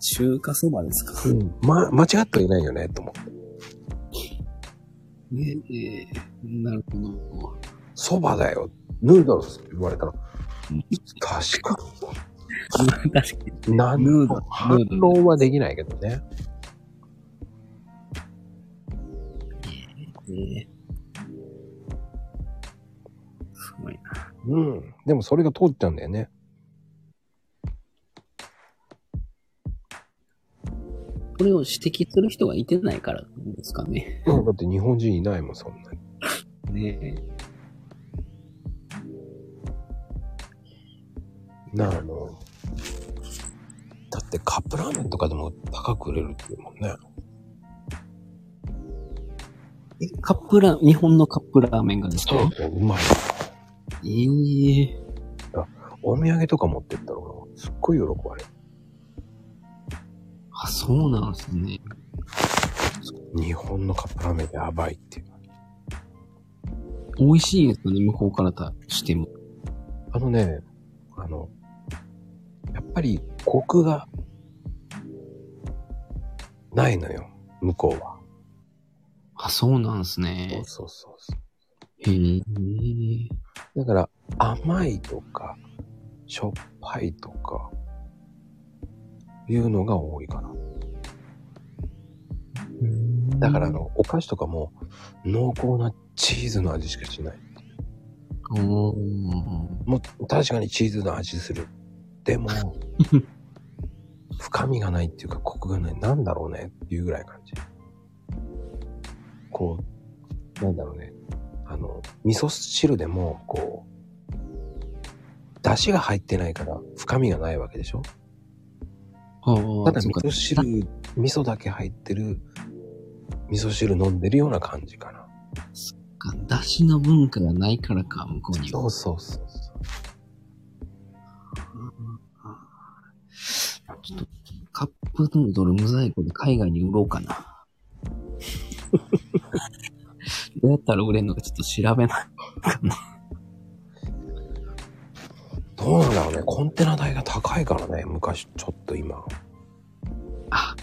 中華そばですかうん。ま、間違っていないよね、と思う。ねえなるほそばだよ。ヌードルスって言われたら、確かど。 [LAUGHS] 確かに。に。何ヌードのル反論はできないけどね。えすごいな。うん。でもそれが通っちゃうんだよね。これを指摘する人がいてないからですかね。うん。だって日本人いないもん、そんなに。ねえ。なあの、だってカップラーメンとかでも高く売れるっていうもんね。カップラ、日本のカップラーメンがですかそう、うまい。ええお土産とか持ってったら、俺すっごい喜ばれる。あ、そうなんですね。日本のカップラーメンやばいっていう。美味しいですよね、向こうからたしても。あのね、あの、やっぱりコクがないのよ、向こうは。あ、そうなんですそうね。そうそうそへえ。う。だから甘いとか、しょっぱいとか、いうのが多いかな。だからあ。の、お菓子とかも濃厚なチーズの味しかしない。おーもう確かにチーズの味する。でも、深みがないっていうかコクがない。なんだろうねっていうぐらい感じ。こう、なんだろうね。あの、味噌汁でも、こう、出汁が入ってないから深みがないわけでしょあーただそ味うか噌汁、味噌だけ入ってる、味噌汁飲んでるような感じかな。かだしの文化がないからか、向こうには。そうそうそうそう。ちょっと、カップヌードル無在庫で海外に売ろうかな。 [LAUGHS] どうやったら売れんのかちょっと調べない。どうなんだろうね。コンテナ代が高いからね。昔、ちょっと今。あ、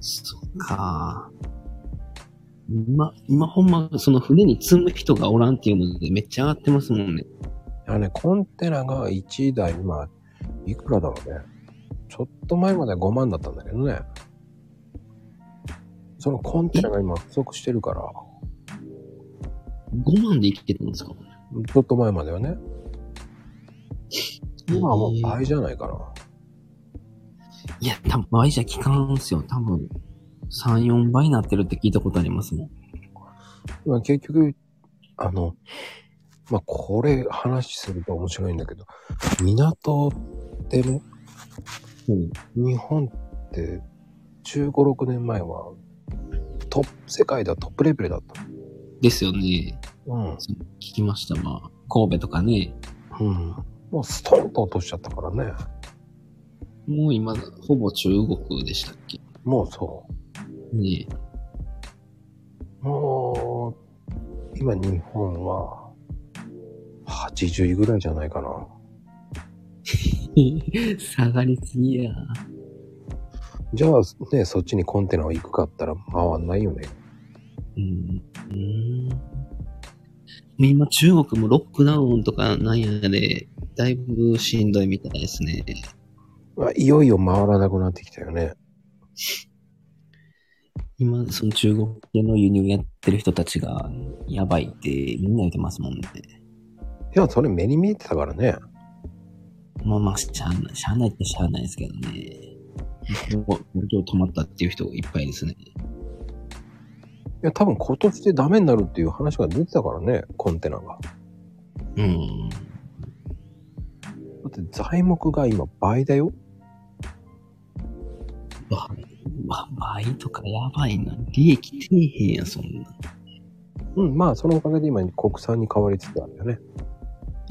そっか。今、今ほんま、その船に積む人がおらんっていうのでめっちゃ上がってますもんね。あのね、コンテナが1台今、いくらだろうね。ちょっと前までは5万だったんだけどね。そのコンテナが今不足してるから、 5万で生きてるんですかちょっと前まではね。今はもう倍いじゃないかな。や、多分倍じゃ効かんすよ。多分、3、4倍になってるって聞いたことありますもん。まあ結局、あの、まあこれ話すると面白いんだけど、港ってね、うん。日本って15、6年前はトップ、世界ではトップレベルだった。ですよね。うん。そう聞きましたわ。神戸とかね。うん。もうストンと落としちゃったからね。もう今、ほぼ中国でしたっけもうそねえ。う。もう、今日本は、80位ぐらいじゃないかな。 [LAUGHS] 下がりすぎや。じゃあね、そっちにコンテナを行くかったら回んないよね。うん。うん。今、中国もロックダウンとかなんやで、だいぶしんどいみたいですね。まあ、いよいよ回らなくなってきたよね。今、その中国系の輸入やってる人たちが、やばいってみんな言ってますもんね。いや、それ目に見えてたからね。まあまあ、しゃあない、しゃあないってしゃあないですけどね。もう、東京止まったっていう人がいっぱいですね。いや、多分今年でダメになるっていう話が出てたからね、コンテナが。だうん。って材木が今倍だよ。ば、ば、倍とかやばいな。利益底辺やん、そんな。うん、まあそのおかげで今国産に変わりつつあるよね。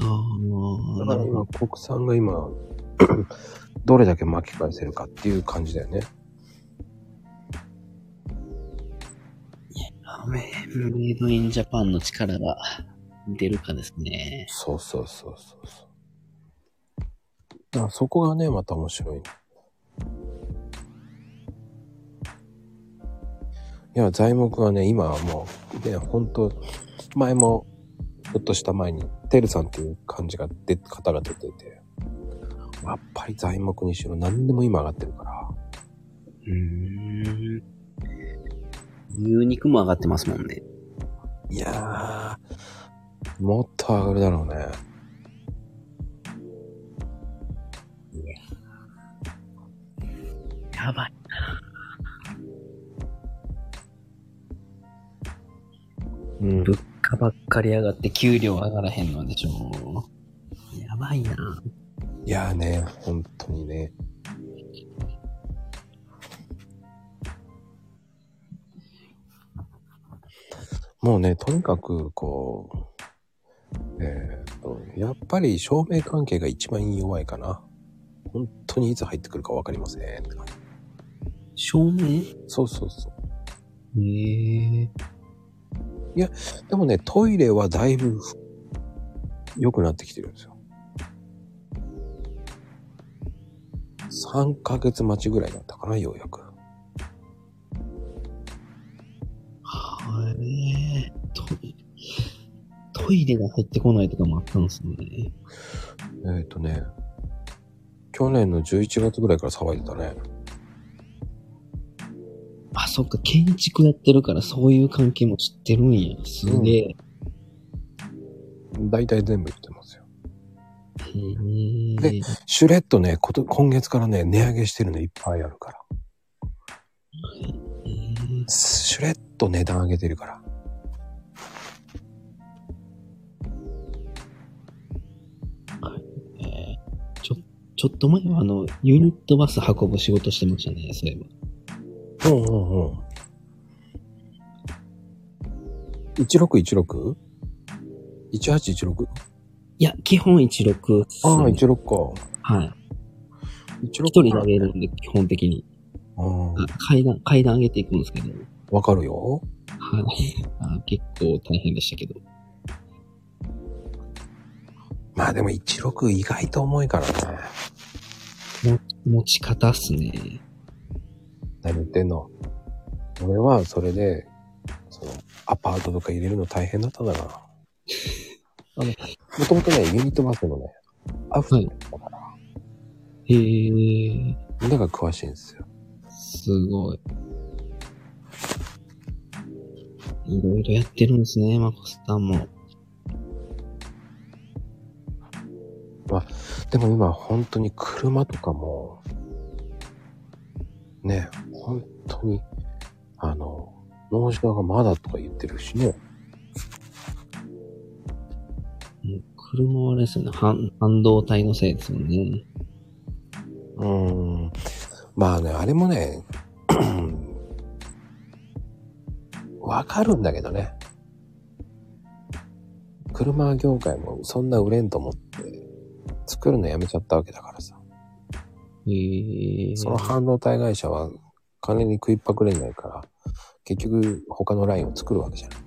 あだあ、かならるほ今ど。国産が [COUGHS] 今どれだけ巻き返せるかっていう感じだよね。ラーメンメイドインジャパンの力が出るかですね。そうそうそうそうそう。だからそこがね、また面白いの。いや、材木はね、今はもう、ね、本当前も、ちょっとした前に、てるさんっていう感じがで、方が出てて、やっぱり材木にしろ何でも今上がってるから、うーん。牛肉も上がってますもんね。いやー、もっと上がるだろうね。やばい。うん物価ばっかり上がって給料上がらへんのでしょう。やばいな。いやーね、本当にね。もうね、とにかく、こう、えーっと、やっぱり照明関係が一番弱いかな。本当にいつ入ってくるかわかりませんって感じ。照明そうそうそう。ええでもね、トイレはだいぶ良くなってきてるんですよ。3ヶ月待ちぐらいだったかな、ようやく。はい。トイレ。トイレが入ってこないとかもあったんですもんね。えっ、とね、去年の11月ぐらいから騒いでたね。あ、そっか、建築やってるからそういう関係も知ってるんや。すげえ。大体全部言ってますよ。へえ。シュレットね、こと今月からね、値上げしてるのいっぱいあるから。シュレット値段上げてるから。えーちょ、ちょっと前はあの、ユニットバス運ぶ仕事してましたね、そういえば。うんうんうん。1616?1816? いや、基本16っすああ、ね、 16か。はい。 16一人で上げるんで、基本的うに。んあ階段、階段上げていくんですけど。わかるよ。はい。あ結構大変でしたけど。まあでも16意外と重いからね。持ち方っすね。何言ってんの俺はそれで、その、アパートとか入れるの大変だったんだから。あの、もともとね、ユニットバスのね、アフターだかへえ、ら、だから詳しいんですよ。すごい。いろいろやってるんですね、マコスさんも。でも今、本当に車とかも、ね、本当に、あの、納車がまだとか言ってるしね。もう車はあれですよね、半半導体のせいですもんね。うーん。まあね、あれもね、わかるんだけどね。車業界もそんな売れんと思って、作るのやめちゃったわけだからさ。へえ、その半導体会社は金に食いっぱくれないから、結局他のラインを作るわけじゃない。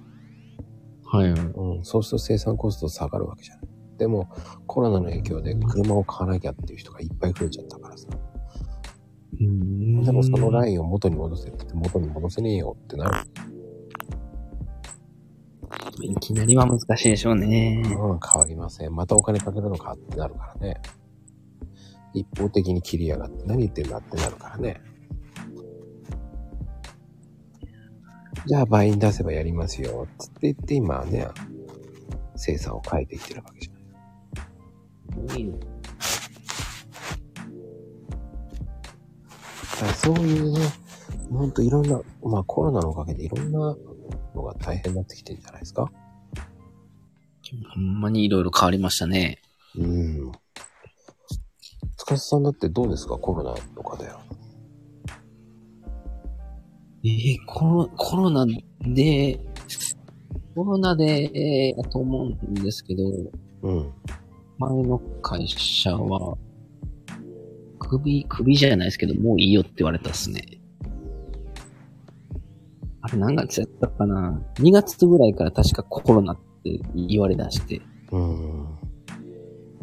はいはい。うん、そうすると生産コスト下がるわけじゃない。でもコロナの影響で車を買わなきゃっていう人がいっぱい増えちゃったからさ。うんでもそのラインを元に戻せって言って元に戻せねえよってなる。いきなりは難しいでしょうね。うん、変わりません。またお金かけるのかってなるからね。一方的に切りやがって何言ってんだってなるからね。じゃあ倍に出せばやりますよ。つって言って今はね、生産を変えていってるわけじゃない。だからそういうね、ほんといろんな、まあコロナのおかげでいろんなのが大変になってきてるんじゃないですか。ほんまにいろいろ変わりましたね。うん。つかさんだってどうですかコロナとかで。えーコロ、コロナで、コロナで、えー、と思うんですけど、うん。前の会社は、首、首じゃないですけど、もういいよって言われたっすね。あれ何月だったかな ?2 月ぐらいから確かコロナって言われ出して、うん。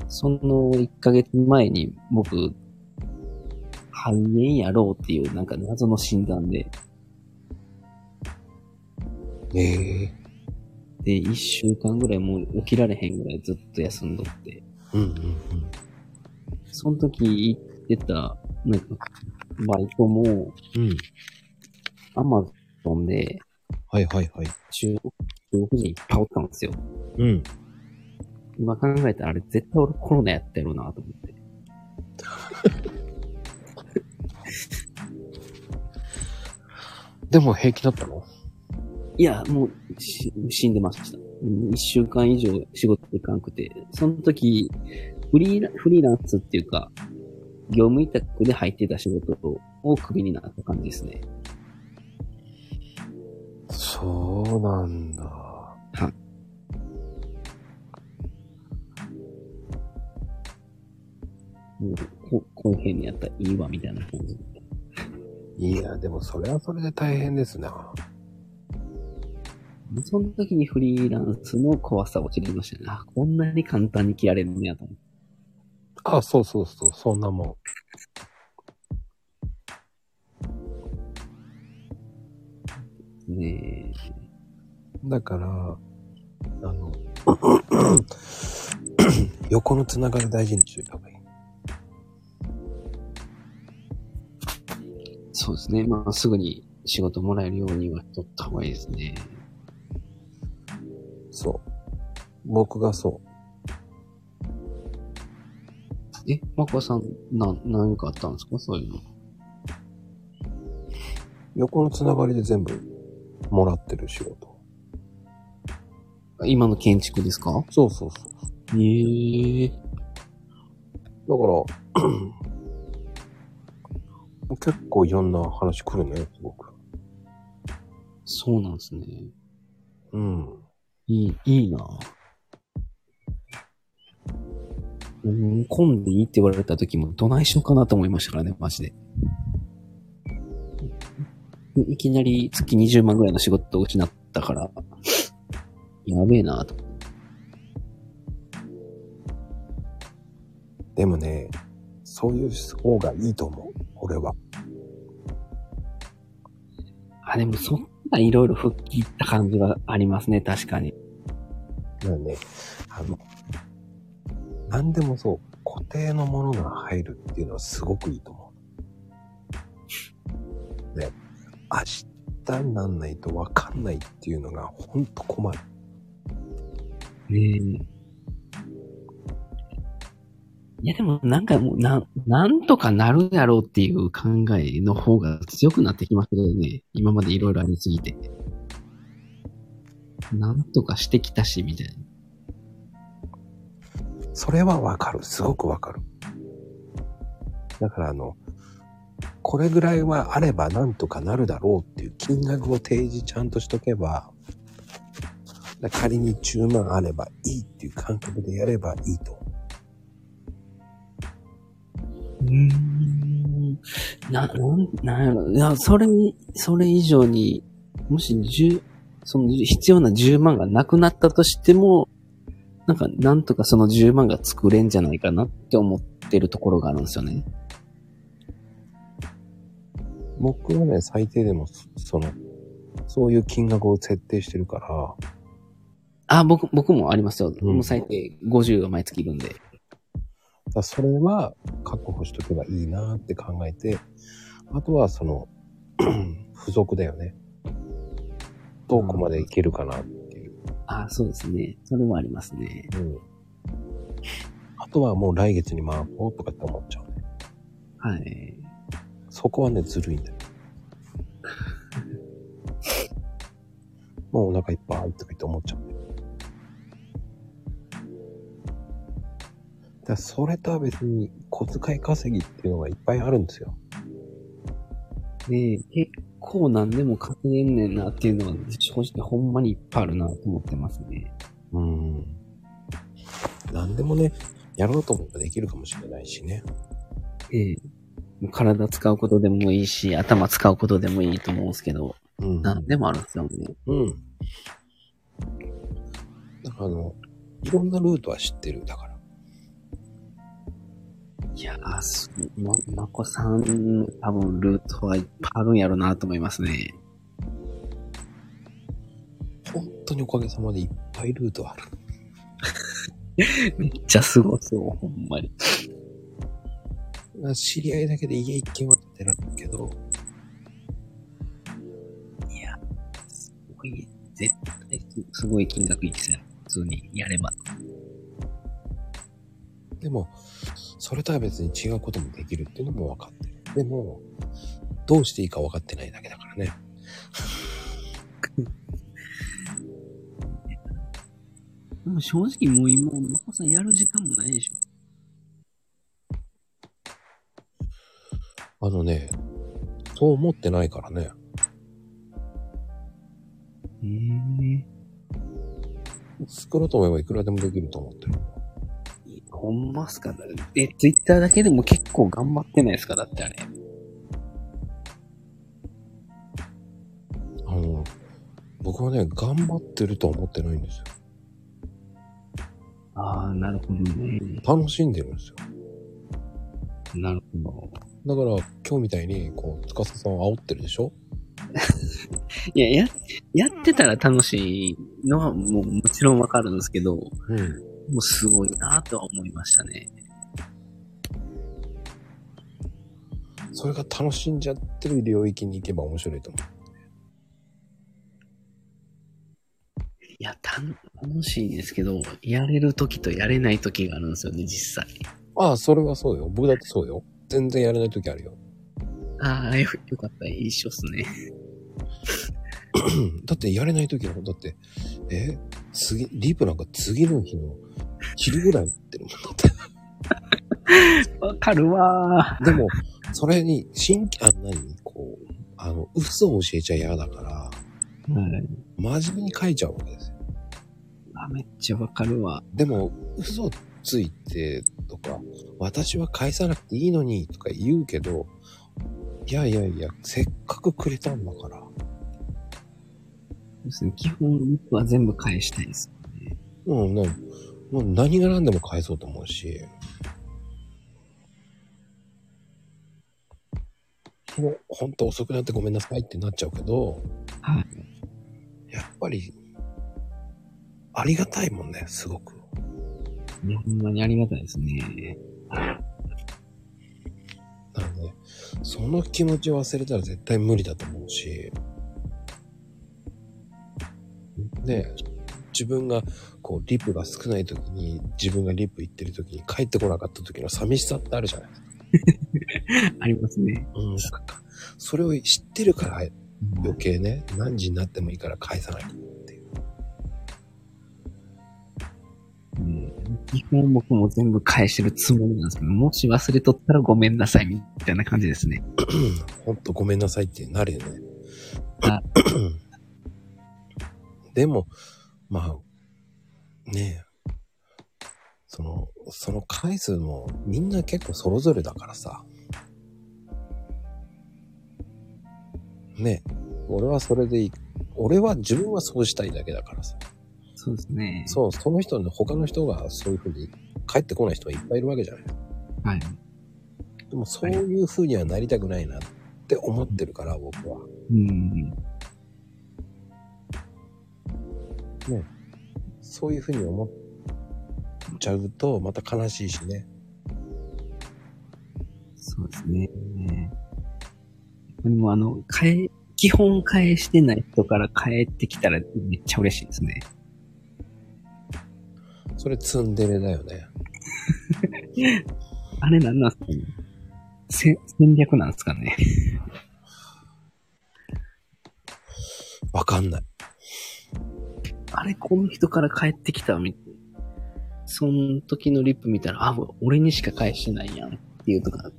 その1ヶ月前に僕、肺炎やろうっていうなんか謎の診断で、ええで、1週間ぐらいもう起きられへんぐらいずっと休んどって、うんうんその時行ってた、なんか、バイトも、うん。うん。アマゾンで、はいはいはい。中国中国人いっぱいおったんですよ。うん。今考えたらあれ絶対俺コロナやったやろうなと思って。でも平気だったのいや、もうし死んでました。うん一週間以上仕事行かなくて、その時、フリーラフリーランスっていうか、業務委託で入ってた仕事をクビになった感じですね。そうなんだ。はいもう、ここの辺にやったらいいわ、みたいな感じで。いや、でもそれはそれで大変ですな。その時にフリーランスの怖さを知りましたね。あ、こんなに簡単に切られるのやと思って。あ、そうそうそう、そんなもん。ねだから、あの、 [CLEARS THROAT] 横のつながり大事にしといた方がいい。えそうですね。まあ、すぐに仕事もらえるようには取った方がいいですね。そう。僕がそえ、マコさん、な、何かあったんですかそういうの。う。横のつながりで全部もらってる仕事。今の建築ですかそうそうそう。ええ [CLEARS THROAT] だから、結構いろんな話来るね、すごく。そうなんですね。うん。いい、いいなうん、混んでいいって言われた時もどないしようかなと思いましたからね、マジで。いいきなり月20万ぐらいの仕事を失ったから、やべえなと。でもね、そういう方がいいと思う。俺は。あ、でもそんないろいろ吹っ切った感じはありますね、確かに。だからね、あの、何でもそう、固定のものが入るっていうのはすごくいいと思う。ね、明日になんないと分かんないっていうのがほんと困る。ねえ。いやでもなんかもうな、なんとかなるやろうっていう考えの方が強くなってきましたよね。今までいろいろありすぎて。なんとかしてきたし、みたいな。それは分かる。すごく分かる。だからあの、これぐらいはあればなんとかなるだろうっていう金額を提示ちゃんとしとけば、だから仮に10万あればいいっていう感覚でやればいいと思ううーん。な、なん、なんやろ。いや、それに、それ以上に、もし10、その必要な10万がなくなったとしても、なんか、なんとかその10万が作れんじゃないかなって思ってるところがあるんですよね。僕はね、最低でもそ、その、そういう金額を設定してるから、あ、僕、僕もありますよ。うんもう最低50が毎月いるんで。だからそれは確保しとけばいいなって考えて、あとはその、 [CLEARS THROAT] 付属だよね。どこまでいけるかなっていう。あ、そうですね。それもありますね。うん。あとはもう来月に回ろうとかって思っちゃうね。はい。そこはね、ずるいんだよ。もうお腹いっぱいとか言って思っちゃうね。だからそれとは別に小遣い稼ぎっていうのがいっぱいあるんですよ。ねえ結構何でも稼げんねんなっていうのは、正直ほんまにいっぱいあるなと思ってますね。うん。なんでもね、やろうと思えばできるかもしれないしね。ええ体使うことでもいいし、頭使うことでもいいと思うんですけど、うん。何でもあるんですよね。うん。なんかあの、いろんなルートは知ってる。だから。いやー、すま、まこさん、多分ルートはいっぱいあるんやろなと思います [LAUGHS] ね。本当におかげさまでいっぱいルートある。めっちゃすごそう、ほんまに。知り合いだけで家一軒は建てられるけど、いや、すごい、絶対すごい金額いきそうや普通にやれば。でも、それとは別に違うこともできるっていうのも分かってる。でも、どうしていいか分かってないだけだからね。でも正直もう今、まこさんやる時間もないでしょ。あのね、そう思ってないからね。うーん。作ろうと思えばいくらでもできると思ってる。ほんまっすかえ、ツイッターだけでも結構頑張ってないですかだってあれ。あの、僕はね、頑張ってるとは思ってないんですよ。ああ、なるほどね。楽しんでるんですよ。なるほだど。から、今日みたいに、こう、司さんを煽ってるでしょいや、や、やってたら楽しいのはもうもちろんわかるんですけど、もうん。うすごいなとは思いましたね。それが楽しんじゃってる領域に行けば面白いと思う。いや、たん楽しいんですけど、やれる時とやれない時があるんですよね、実際。ああ、それはそうよ。僕だってそうよ。全然やれない時あるよ。ああ、よよかった。一緒っすね。だってやれない時は、だって、え次、リープなんか次の日の昼ぐらいに打 [LAUGHS] ってるもんだって。わかるわでも、それに、新規、あ、何こう、あの、嘘を教えちゃ嫌だから、ー。はい。真面目に書いちゃうわけですよ。あめっちゃわかるわ。でも、嘘ついてとか、私は返さなくていいのにとか言うけど、いやいやいや、せっかくくれたんだから、そうですね基本、僕は全部返したいです。もうな、もう何が何でも返そうと思うし。もう本当遅くなってごめんなさいってなっちゃうけど、はい。やっぱり、ありがたいもんね、すごく。いやほんまにありがたいですね。なので、その気持ちを忘れたら絶対無理だと思うし、ね自分が、こう、リップが少ない時に、自分がリップ行ってる時に帰ってこなかった時の寂しさってあるじゃないありますね。うん、それを知ってるから余計ね、何時になってもいいから返さない。うん基本僕も全部返してるつもりなんですけど、もし忘れとったらごめんなさいみたいな感じですね。ほんとごめんなさいってなるよねあ。 [COUGHS] でも、まあ、ねえ、その、その回数もみんな結構それぞれだからさ。ねえ、俺はそれでいい。俺は自分はそうしたいだけだからさ。そうですね。そう、その人の他の人がそういうふうに帰ってこない人がいっぱいいるわけじゃない。はい。でもそういう風にはなりたくないなって思ってるから、僕は。うん。そういう風に思っちゃうと、また悲しいしね。そうですね。でもあの、返、基本返してない人から帰ってきたらめっちゃ嬉しいですね。それツンデレだよね。あれなんなんですかねせ戦略なんですかねわかんない。あれ、この人から帰ってきたみその時のリップ見たら、あ、俺にしか返してないやんっていうとか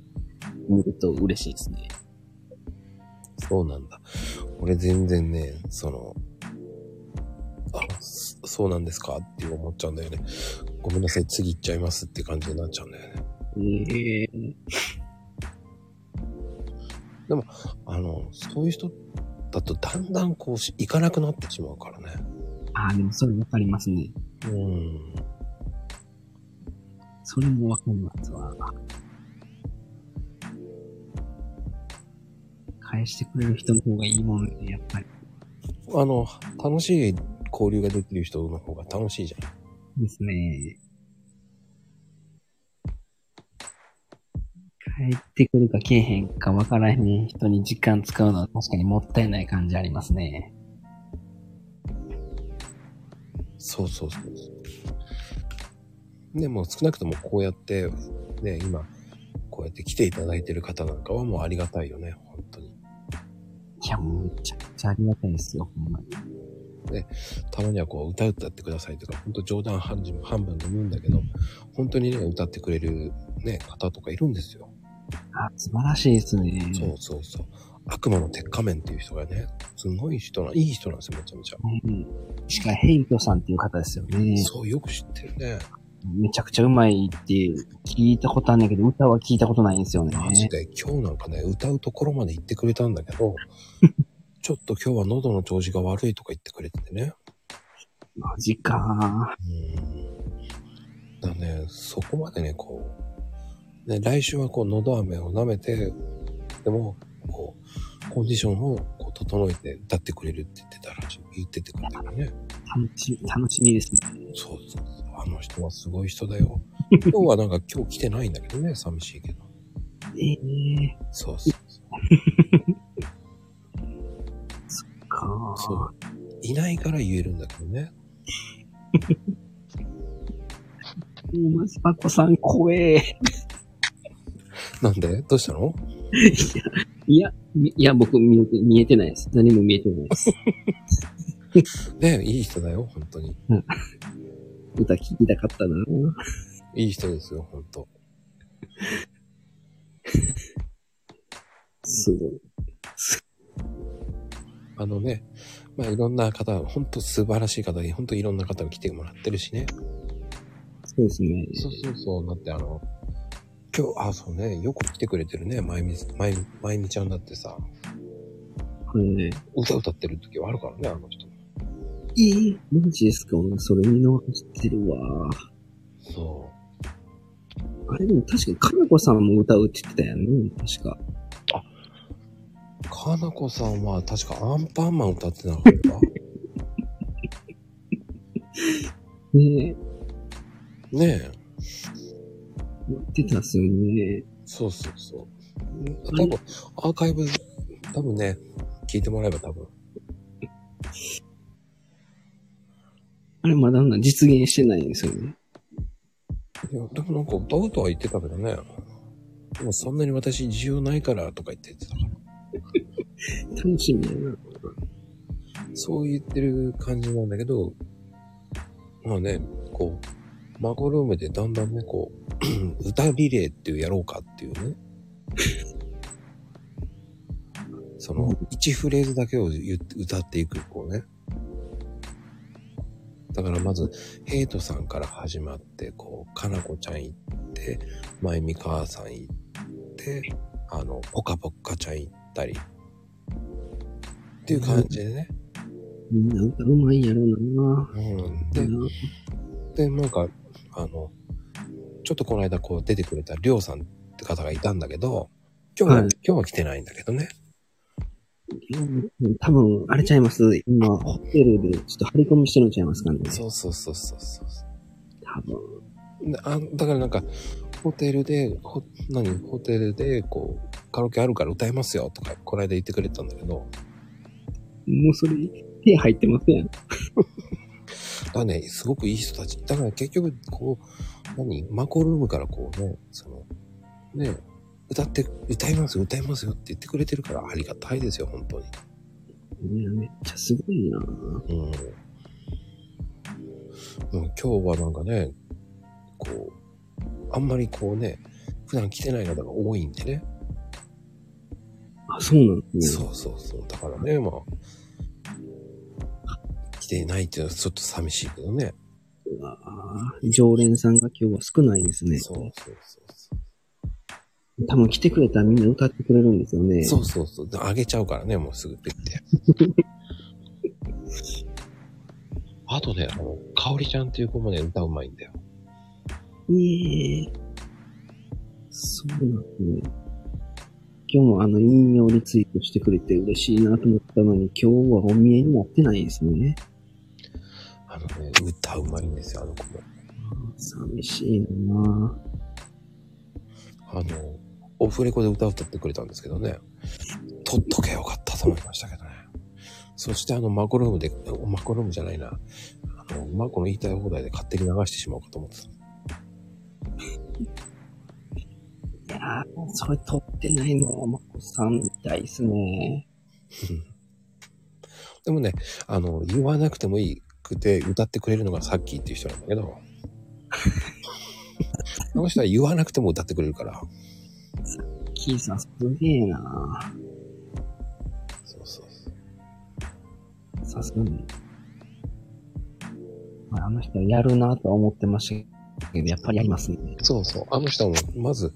見ると嬉しいですね。そうなんだ。俺全然ね、その、あ、そそうなんですかって思っちゃうんだよね。ごめんなさい、次行っちゃいますって感じになっちゃうんだよね。ええあの、そういう人だとだんだんこうし、いかなくなってしまうからね。ああ、でもそれわかりますね。うん。それもわかりますわ。返してくれる人の方がいいもんね、やっぱり。あの、楽しい交流ができる人の方が楽しいじゃん。ですね。帰ってくるかけえへんかわからへん人に時間使うのは確かにもったいない感じありますね。そうそうそうそう。でも少なくともこうやって、ね、今、こうやって来ていただいてる方なんかはもうありがたいよね、本当に。いや、もうめちゃくちゃありがたいですよ、ほんまに。たまにはこう歌歌ってくださいとか、本当冗談半分半分で言うんだけど、本当にね、歌ってくれるね、方とかいるんですよ。あ、素晴らしいですね。そうそうそう。悪魔の鉄仮面っていう人がね、すごい人な、いい人なんですよ、めちゃめちゃ。うん。しかも、ヘイトさんっていう方ですよね。そう、よく知ってるね。めちゃくちゃうまいって聞いたことあるんだけど、歌は聞いたことないんですよね。マジで、今日なんかね、歌うところまで行ってくれたんだけど、ちょっと今日は喉の調子が悪いとか言ってくれててね。マジか。うん。だね、そこまでね、こう、ね、来週はこう、喉飴を舐めて、でも、こう、コンディションをこう整えて歌ってくれるって言ってたらしい、言っててくれたからね。楽しみ、楽しみですね。そうそうそう。あの人はすごい人だよ。今日はなんか今日来てないんだけどね、寂しいけど。ええそうそうそう。か。そう。いないから言えるんだけどね。う。マジパコさん怖え。なんでどうしたのいや、みいや、僕見えて、見えてないです。何も見えてない [LAUGHS] です。ねいい人だよ、本当に。歌聞きたかったな。いい人ですよ、本当。すごい。あのね、まあいろんな方、本当素晴らしい方に、本当いろんな方に来てもらってるしね。そうですね。そうそうそう、だってあの、今日、あ、そうね、よく来てくれてるね、まゆみ、まゆみ、まゆみちゃんだってさ、これね。歌歌ってる時はあるからね、あの人。ええマジですか俺それ見逃してるわ。そあれでも確かに、かなこさんも歌うって言ってたよね。確か。う。かなこさんは確かアンパンマン歌ってなかったかねえ、 [LAUGHS] ねえ。言ってたっすよね。そうそうそう。多分、アーカイブ、多分ね、聞いてもらえば多分。あれまだなんか実現してないんですよね。いや、でもなんか歌うとは言ってたけどね。でもそんなに私需要ないからとか言って言ってたから。楽しみやな。そう言ってる感じなんだけど、まあね、こう、マコルームでだんだんね、こう、 [CLEARS THROAT] 歌リレーっていうやろうかっていうね。その、一フレーズだけを言って歌っていく、こうね。だからまず、ヘイトさんから始まって、こう、かなこちゃん行って、まゆみ母さん行って、あの、ポカポカちゃん行ったり、っていう感じでね。みんな歌うまいんやろうな。うん、で、なで、なんか、あの、ちょっとこの間こう出てくれたりょうさんって方がいたんだけど、今日は、はい今日は来てないんだけどね。多分、あれちゃいます今、ホテルでちょっと張り込みしてるんちゃいますかね。そうそうそうそうそう多分。であ。だからなんか、ホテルで、ほ何、ホテルで、こう、カラオケあるから歌いますよとか、この間言ってくれたんだけど、もうそれ、手入ってません。だからね、すごくいい人たち。だから結局、こう、何、マコルームからこうね、その、ね、歌って、歌いますよ、歌いますよって言ってくれてるからありがたいですよ、本当に。いや、めっちゃすごいな。うん。もう今日はなんかね、こう、あんまりこうね、普段来てない方が多いんでね。あ、そうなんですね。そうそうそう。だからね、まあ、来ていないっていうのはちょっと寂しいけどね。うわぁ常連さんが今日は少ないですね。そうそうそうそう。多分来てくれたらみんな歌ってくれるんですよね。そうそうそう。あげちゃうからね、もうすぐペッて。 [LAUGHS] あとね、あの、かおりちゃんっていう子もね、歌うまいんだよ。ええそうなんですね。今日もあの、引用リツイートしてくれて嬉しいなと思ったのに、今日はお見えになってないですね。あのね、歌うまいんですよ、あの子も。寂しいなぁあの、オフレコで歌歌ってくれたんですけどね。撮っとけばよかったと思いましたけどね。そしてあの、マコルームで、マコルームじゃないな。あの、マコの言いたい放題で勝手に流してしまおうかと思ってた。いやーそれ撮ってないのは、まこさんみたいですね。でもね、あの、言わなくてもいいくて歌ってくれるのがサッキーっていう人なんだけど。あの人は言わなくても歌ってくれるから。キーさんすげえなそうそうそう。ぁさすがに。まあ、あの人はやるなぁとは思ってましたけど、やっぱりやりますね。そうそう。あの人も、まず、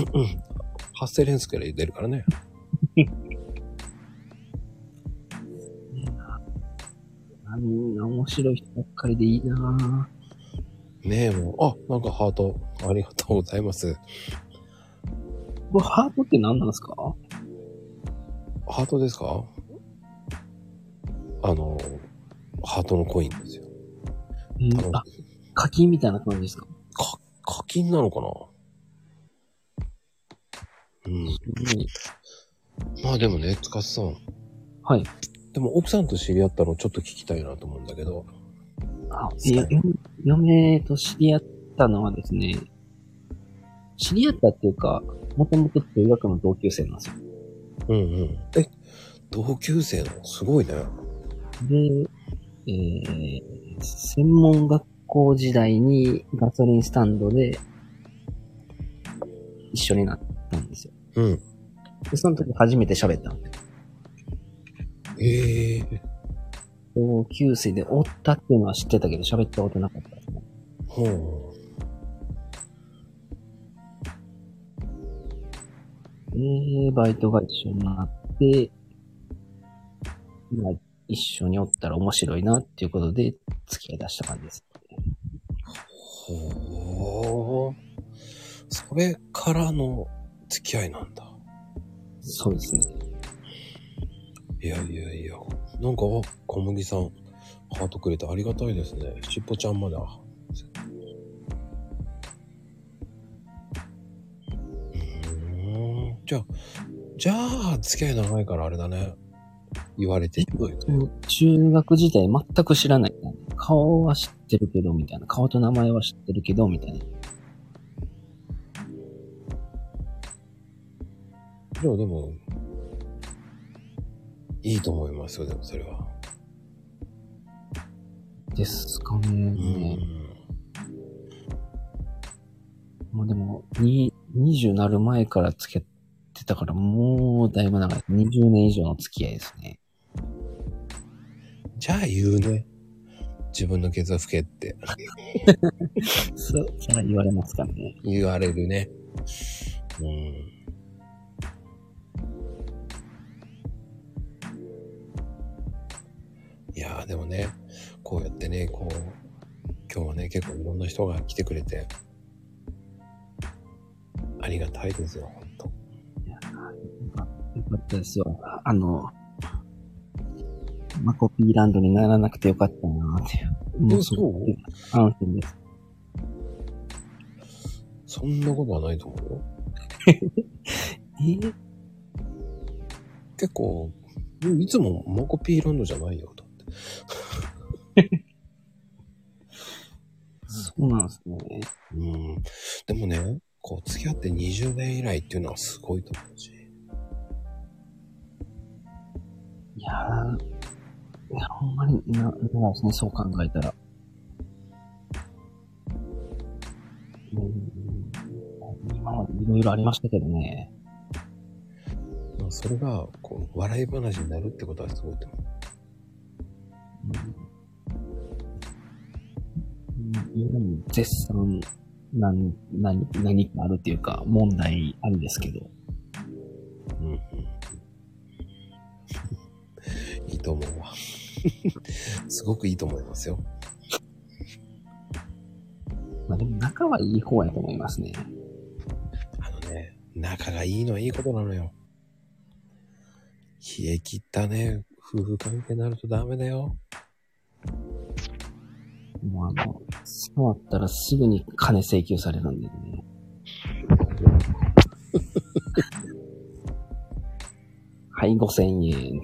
[CLEARS THROAT] 発声練習から出るからね。あみんな面白い人ばっかりでいいなぁねえ、もう、あ、なんかハート、ありがとうございます。これハートって何なんですかハートですかあの、ハートのコインですよ。うん、あ、課金みたいな感じですかか、課金なのかなうん。まあでもね、つかさん。はい。でも奥さんと知り合ったのちょっと聞きたいなと思うんだけど。あ、いや、よ嫁と知り合ったのはですね、知り合ったっていうか、もともと中学の同級生なんですよ。うんうん。え、同級生なのすごいね。で、えー、専門学校時代にガソリンスタンドで一緒になったんですよ。うん。で、その時初めて喋ったんですええ同級生でおったっていうのは知ってたけど、喋ったことなかったですね。ほう。で、バイトが一緒になって、まあ、一緒におったら面白いなっていうことで付き合い出した感じです。ほう。それからの付き合いなんだ。そうですね。いやいやいや。なんか、あ小麦さん、ハートくれてありがたいですね。しっぽちゃんまだ。うーん。じゃあ、じゃあ、付き合い長いからあれだね。言われてみると中学時代全く知らない。顔は知ってるけど、みたいな。顔と名前は知ってるけど、みたいな。でも、でも、いいと思いますよ、でもそれは。ですかうね。ん。もうでも、に20なる前から付き合ってたから、もうだいぶ長い。20年以上の付き合いですね。じゃあ言うね。自分の血圧けってそう、じゃあ言われますかね。言われるね。うん。いやーでもね、こうやってね、こう、今日はね、結構いろんな人が来てくれて、ありがたいですよ、ほんと。よかったですよ。あの、マコピーランドにならなくてよかったなーっていう。もうすごく安心です。そんなことはないと思うよ。えー結構、いつもモコピーランドじゃないよ、と思って。そうなんですね。うん。でもね、こう、付き合って20年以来っていうのはすごいと思うし。いやー、いや、ほんまに、な、なんですね、そう考えたら。うん、今までいろいろありましたけどね。まあ、それが、こう、笑い話になるってことはすごいと思う。うん、今も絶賛何、何、何かあるっていうか、問題あるんですけど。うんうんいいと思うわ。 [LAUGHS] すごくいいと思いますよ。まあでも仲はいい方やと思いますね。あのね、仲がいいのはいいことなのよ。冷え切ったね、夫婦関係になるとダメだよ。もうあの、触ったらすぐに金請求されるんでね。 [LAUGHS] はい、5000円。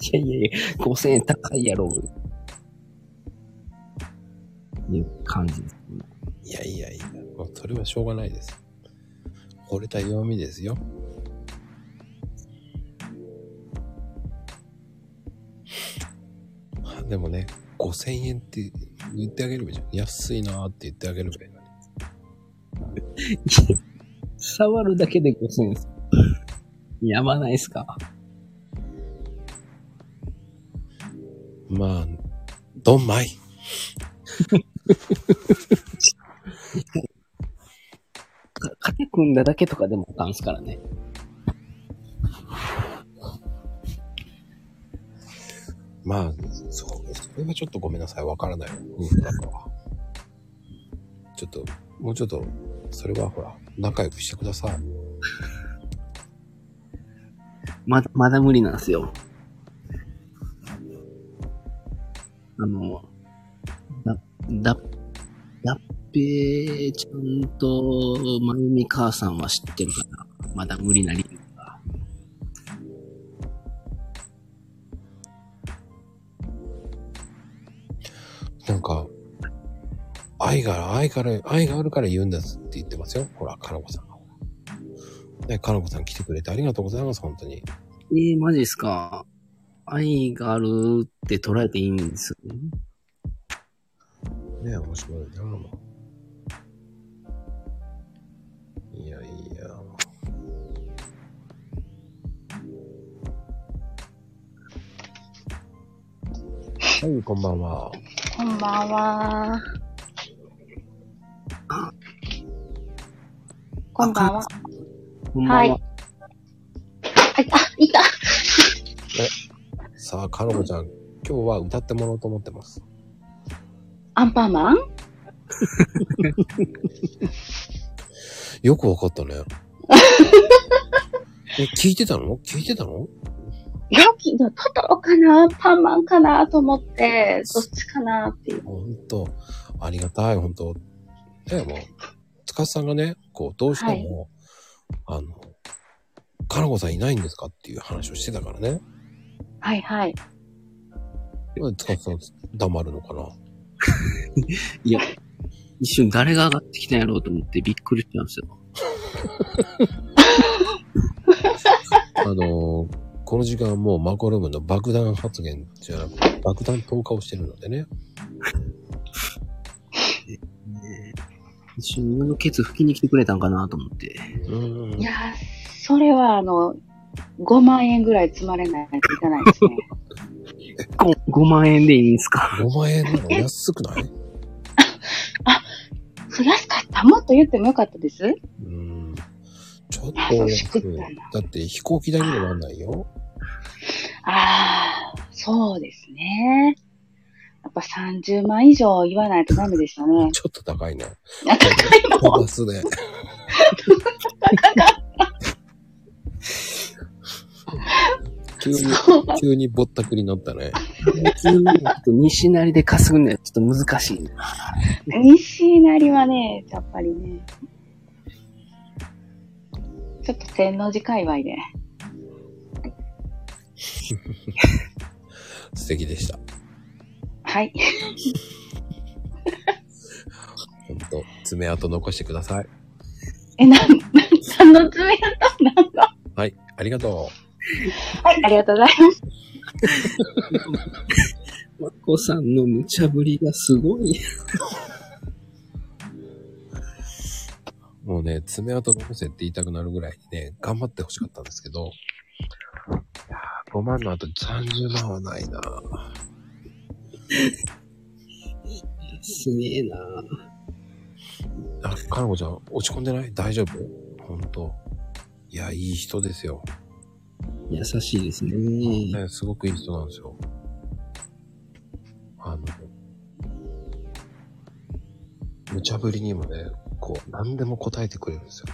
いやいやいや、5000円高いやろ。いう感じですね。いやいやいや、もうそれはしょうがないです。惚れた弱みですよ。あでもね、5000円って言ってあげればいいじゃん。安いなーって言ってあげればいいのに。触るだけで5000円です。やばないっすかまあ、ドンマイ。か肩組んだだけとかでもあかんっすからね。まあ、そう、それはちょっとごめんなさい、わからないわ。夫婦だから。ちょっと、もうちょっと、それはほら、仲良くしてください。まだ、まだ無理なんですよ。あの、だ、だ、だっぺーちゃんと、まゆみ母さんは知ってるかなまだ無理な理由が。なんか、愛が、愛から、愛があるから言うんですって言ってますよ。ほら、かなこさんが。ね、かなこさん来てくれてありがとうございます、本当に。えー、マジですか。愛があるって捉えていいんですよね。ね、面白いな、もう。いやいや、はい、こんばんは。こんばんは。こんばんは。こんばんは。はいあ、いた、いた。さあ、かのこちゃん、今日は歌ってもらおうと思ってます。アンパンマンよくわかったね。え、聞いてたの聞いてたのいや、きトトロかなパンマンかなと思って、どっちかなっていう。本当ありがたい、本当ねもう、つかさんがね、こう、どうしても、あの、かなこさんいないんですかっていう話をしてたからね。はいはい。なんでつかさん黙るのかな。いや、一瞬誰が上がってきたんやろうと思ってびっくりしたんですよ。あの、この時間はもうマコルームの爆弾発言じゃなくて、爆弾投下をしてるのでね。一瞬俺のケツ拭きに来てくれたんかなと思って。うんいや、それはあの、5万円ぐらい積まれないといかないですね。 [LAUGHS] ご5万円でいいんすか5万円なの安くない増やすかったもっと言ってもよかったです。うん。ちょっとあそうしくったな、だって飛行機代にもなんないよ。ああ、そうですね。やっぱ30万以上言わないとダメでしたね。ちょっと高いね。あ高いの [LAUGHS] 飛ばすね。急に、そうだ急にぼったくりになったね。西成で稼ぐのはちょっと難しいな。西成はね、やっぱりね、ちょっと天王寺界隈で。素敵でした。はい。ほんと、爪痕残してください。え、なん、なん何の爪やったなんのはい、ありがとはい、ありがとうございます。マコさんの無茶ぶりがすごい。う。もうね、爪痕残せって言いたくなるぐらいね、頑張ってほしかったんですけど、いやー5万の後30万はないなすげえなあ、かなこちゃん、落ち込んでない大丈夫本当いや、いい人ですよ。優しいですね。ね、すごくいい人なんですよ。あの、無茶ぶりにもね、こう、何でも答えてくれるんですよ。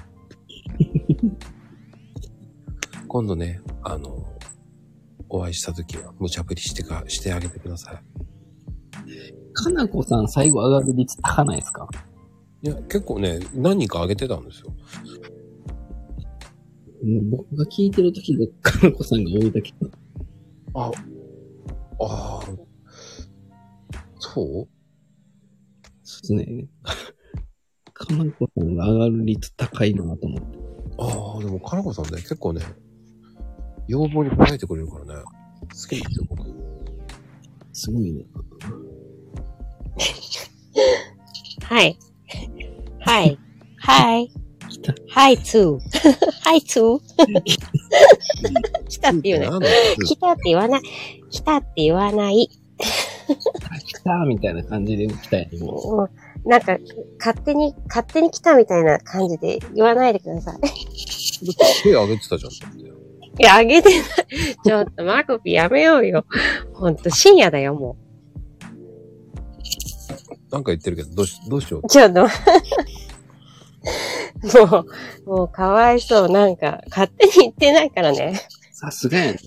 今度ね、あの、お会いした時は無茶ぶりしてか、してあげてくださかなこさん最後上がる率高ないですかい。いや、結構ね、何人かあげてたんですよ。うん僕が聞いてる時でかなこさんが多いだけ。あ、ああ、そうそうですね。かなこさんが上がる率高いなと思って。ああ、でも、かなこさんね、結構ね、要望に応えてくれるからね。好きですよ、僕。すごいね。 Hi. Hi. Hi. 来た。 Hi [LAUGHS] too. Hi too. 来たって言うね。なんだ来たって言わない。来たって言わない。来たみたいな感じで来たよね、ももうなんか、勝手に、勝手に来たみたいな感じで言わないでください。 [LAUGHS] 手あげてたじゃん。いや、あげてない。ちょっと、マコピやめようよ。ほんと、深夜だよ、もなんか言ってるけど、どうしどうしようう。。ちょっと、 [LAUGHS] もう、もう、かわいそう。なんか、勝手に言ってないからね。う。さすがやな。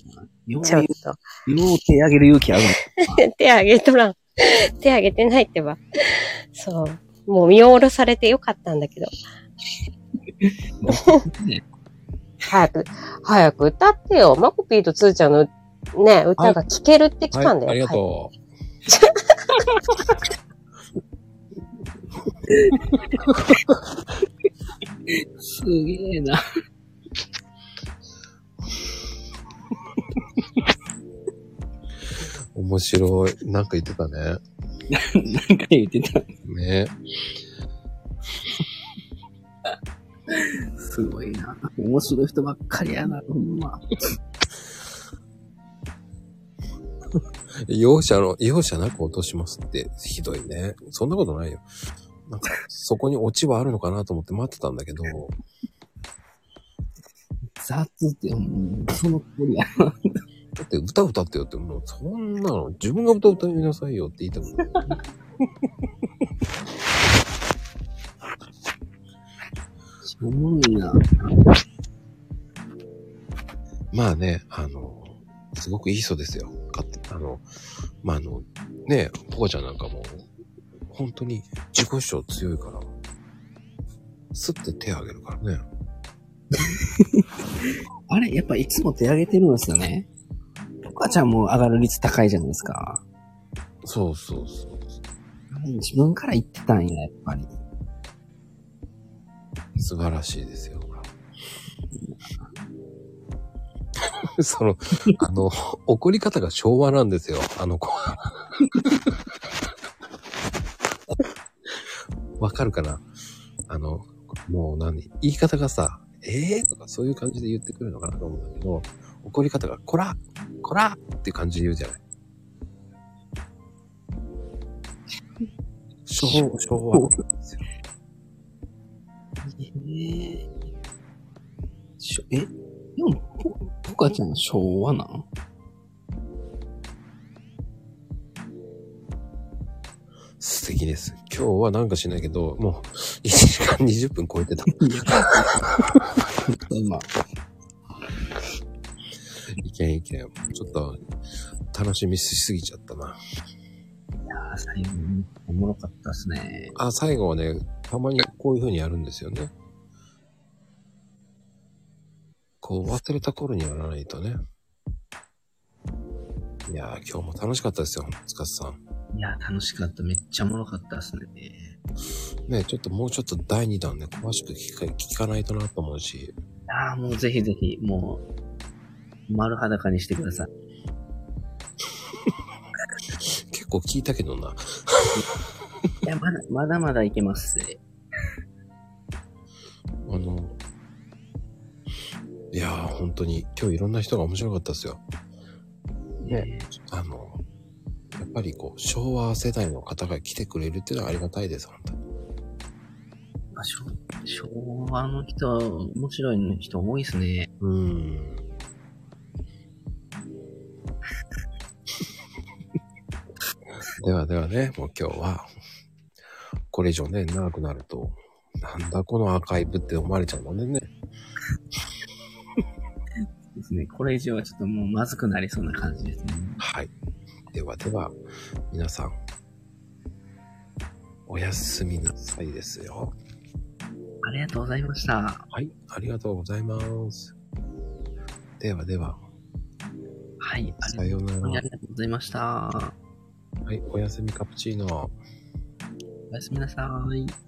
よちょっう、と。よう手上げる勇気ある [LAUGHS] 手あげとらん。手あげてないってば。そう。もう見下ろされてよかったん [LAUGHS] だけど。早く、早く歌ってよ。マコピーとツーちゃんのね、歌が聴けるって来たんだよ。はい、ありがとう。の。すげえな。面白い。なんか言ってたね。なんか言ってた。ねすごいな。面白い人ばっかりやな、ほんま。容赦の、容赦なく落としますって、ひどいね。そんなことないよ。なんか、そこにオチはあるのかなと思って待ってたんだけど、雑って、もうその通りや。だって歌歌ってよって、もうそんなの、自分が歌歌いなさいよって言いたくない。しょぼいな。まあね、あの、すごくいい人ですよ。かって、あの、まああの、ねえ、ポカちゃんなんかもう、本当に自己主張強いから、すって手あげるからね。あれやっぱいつも手上げてるんですよね。お母ちゃんも上がる率高いじゃないですか。そうそうそう。自分から言ってたんや、やっぱり。素晴らしいですよ。ほら [LAUGHS] その、あの、怒り方が昭和なんですよ、あの子は。 [LAUGHS] わかるかなあの、もう何言い方がさ、ええー、とかそういう感じで言ってくるのかなと思うんだけど、怒り方が、こらこらっていう感じで言うじゃない昭昭和。ええしょえでも、ぽ、ぽかちゃん昭和なん素敵です。今日はなんかしないけど、もう1時間20分超えてた。今。いけんいけん。ちょっと、楽しみしすぎちゃったな。あー最後に、おもろかったっすね。あ、最後はね、たまにこういう風にやるんですよね。こう、忘れた頃にやらないとね。いやー、今日も楽しかったですよ、つかさん。いや、楽しかった。めっちゃおもろかったっすね。ねちょっともうちょっと第2弾ね、詳しく聞か聞かないとなと思うし。ああ、もうぜひぜひ、もう、丸裸にしてください。結構聞いたけどな。いや、まだ、まだまだいけます。あの、いやー、本当に今日いろんな人が面白かったですよ。ね。あの、やっぱりこう、昭和世代の方が来てくれるっていうのはありがたいです、本当に。あ昭昭和の人は面白い人多いですね。うーん。 [LAUGHS] ではではね、もう今日は、これ以上ね、長くなると、なんだこのアーカイブって思われちゃうもんでね。ですね。これ以上はちょっともうまずくなりそうな感じですね。はい。ではでは、皆さん、おやすみなさいですよ。ありがとうございました。はい、ありがとうございます。ではでは、はい、あさりようなあら。りがとうございました。はい、おやすみカプチーノ。おやすみなさい。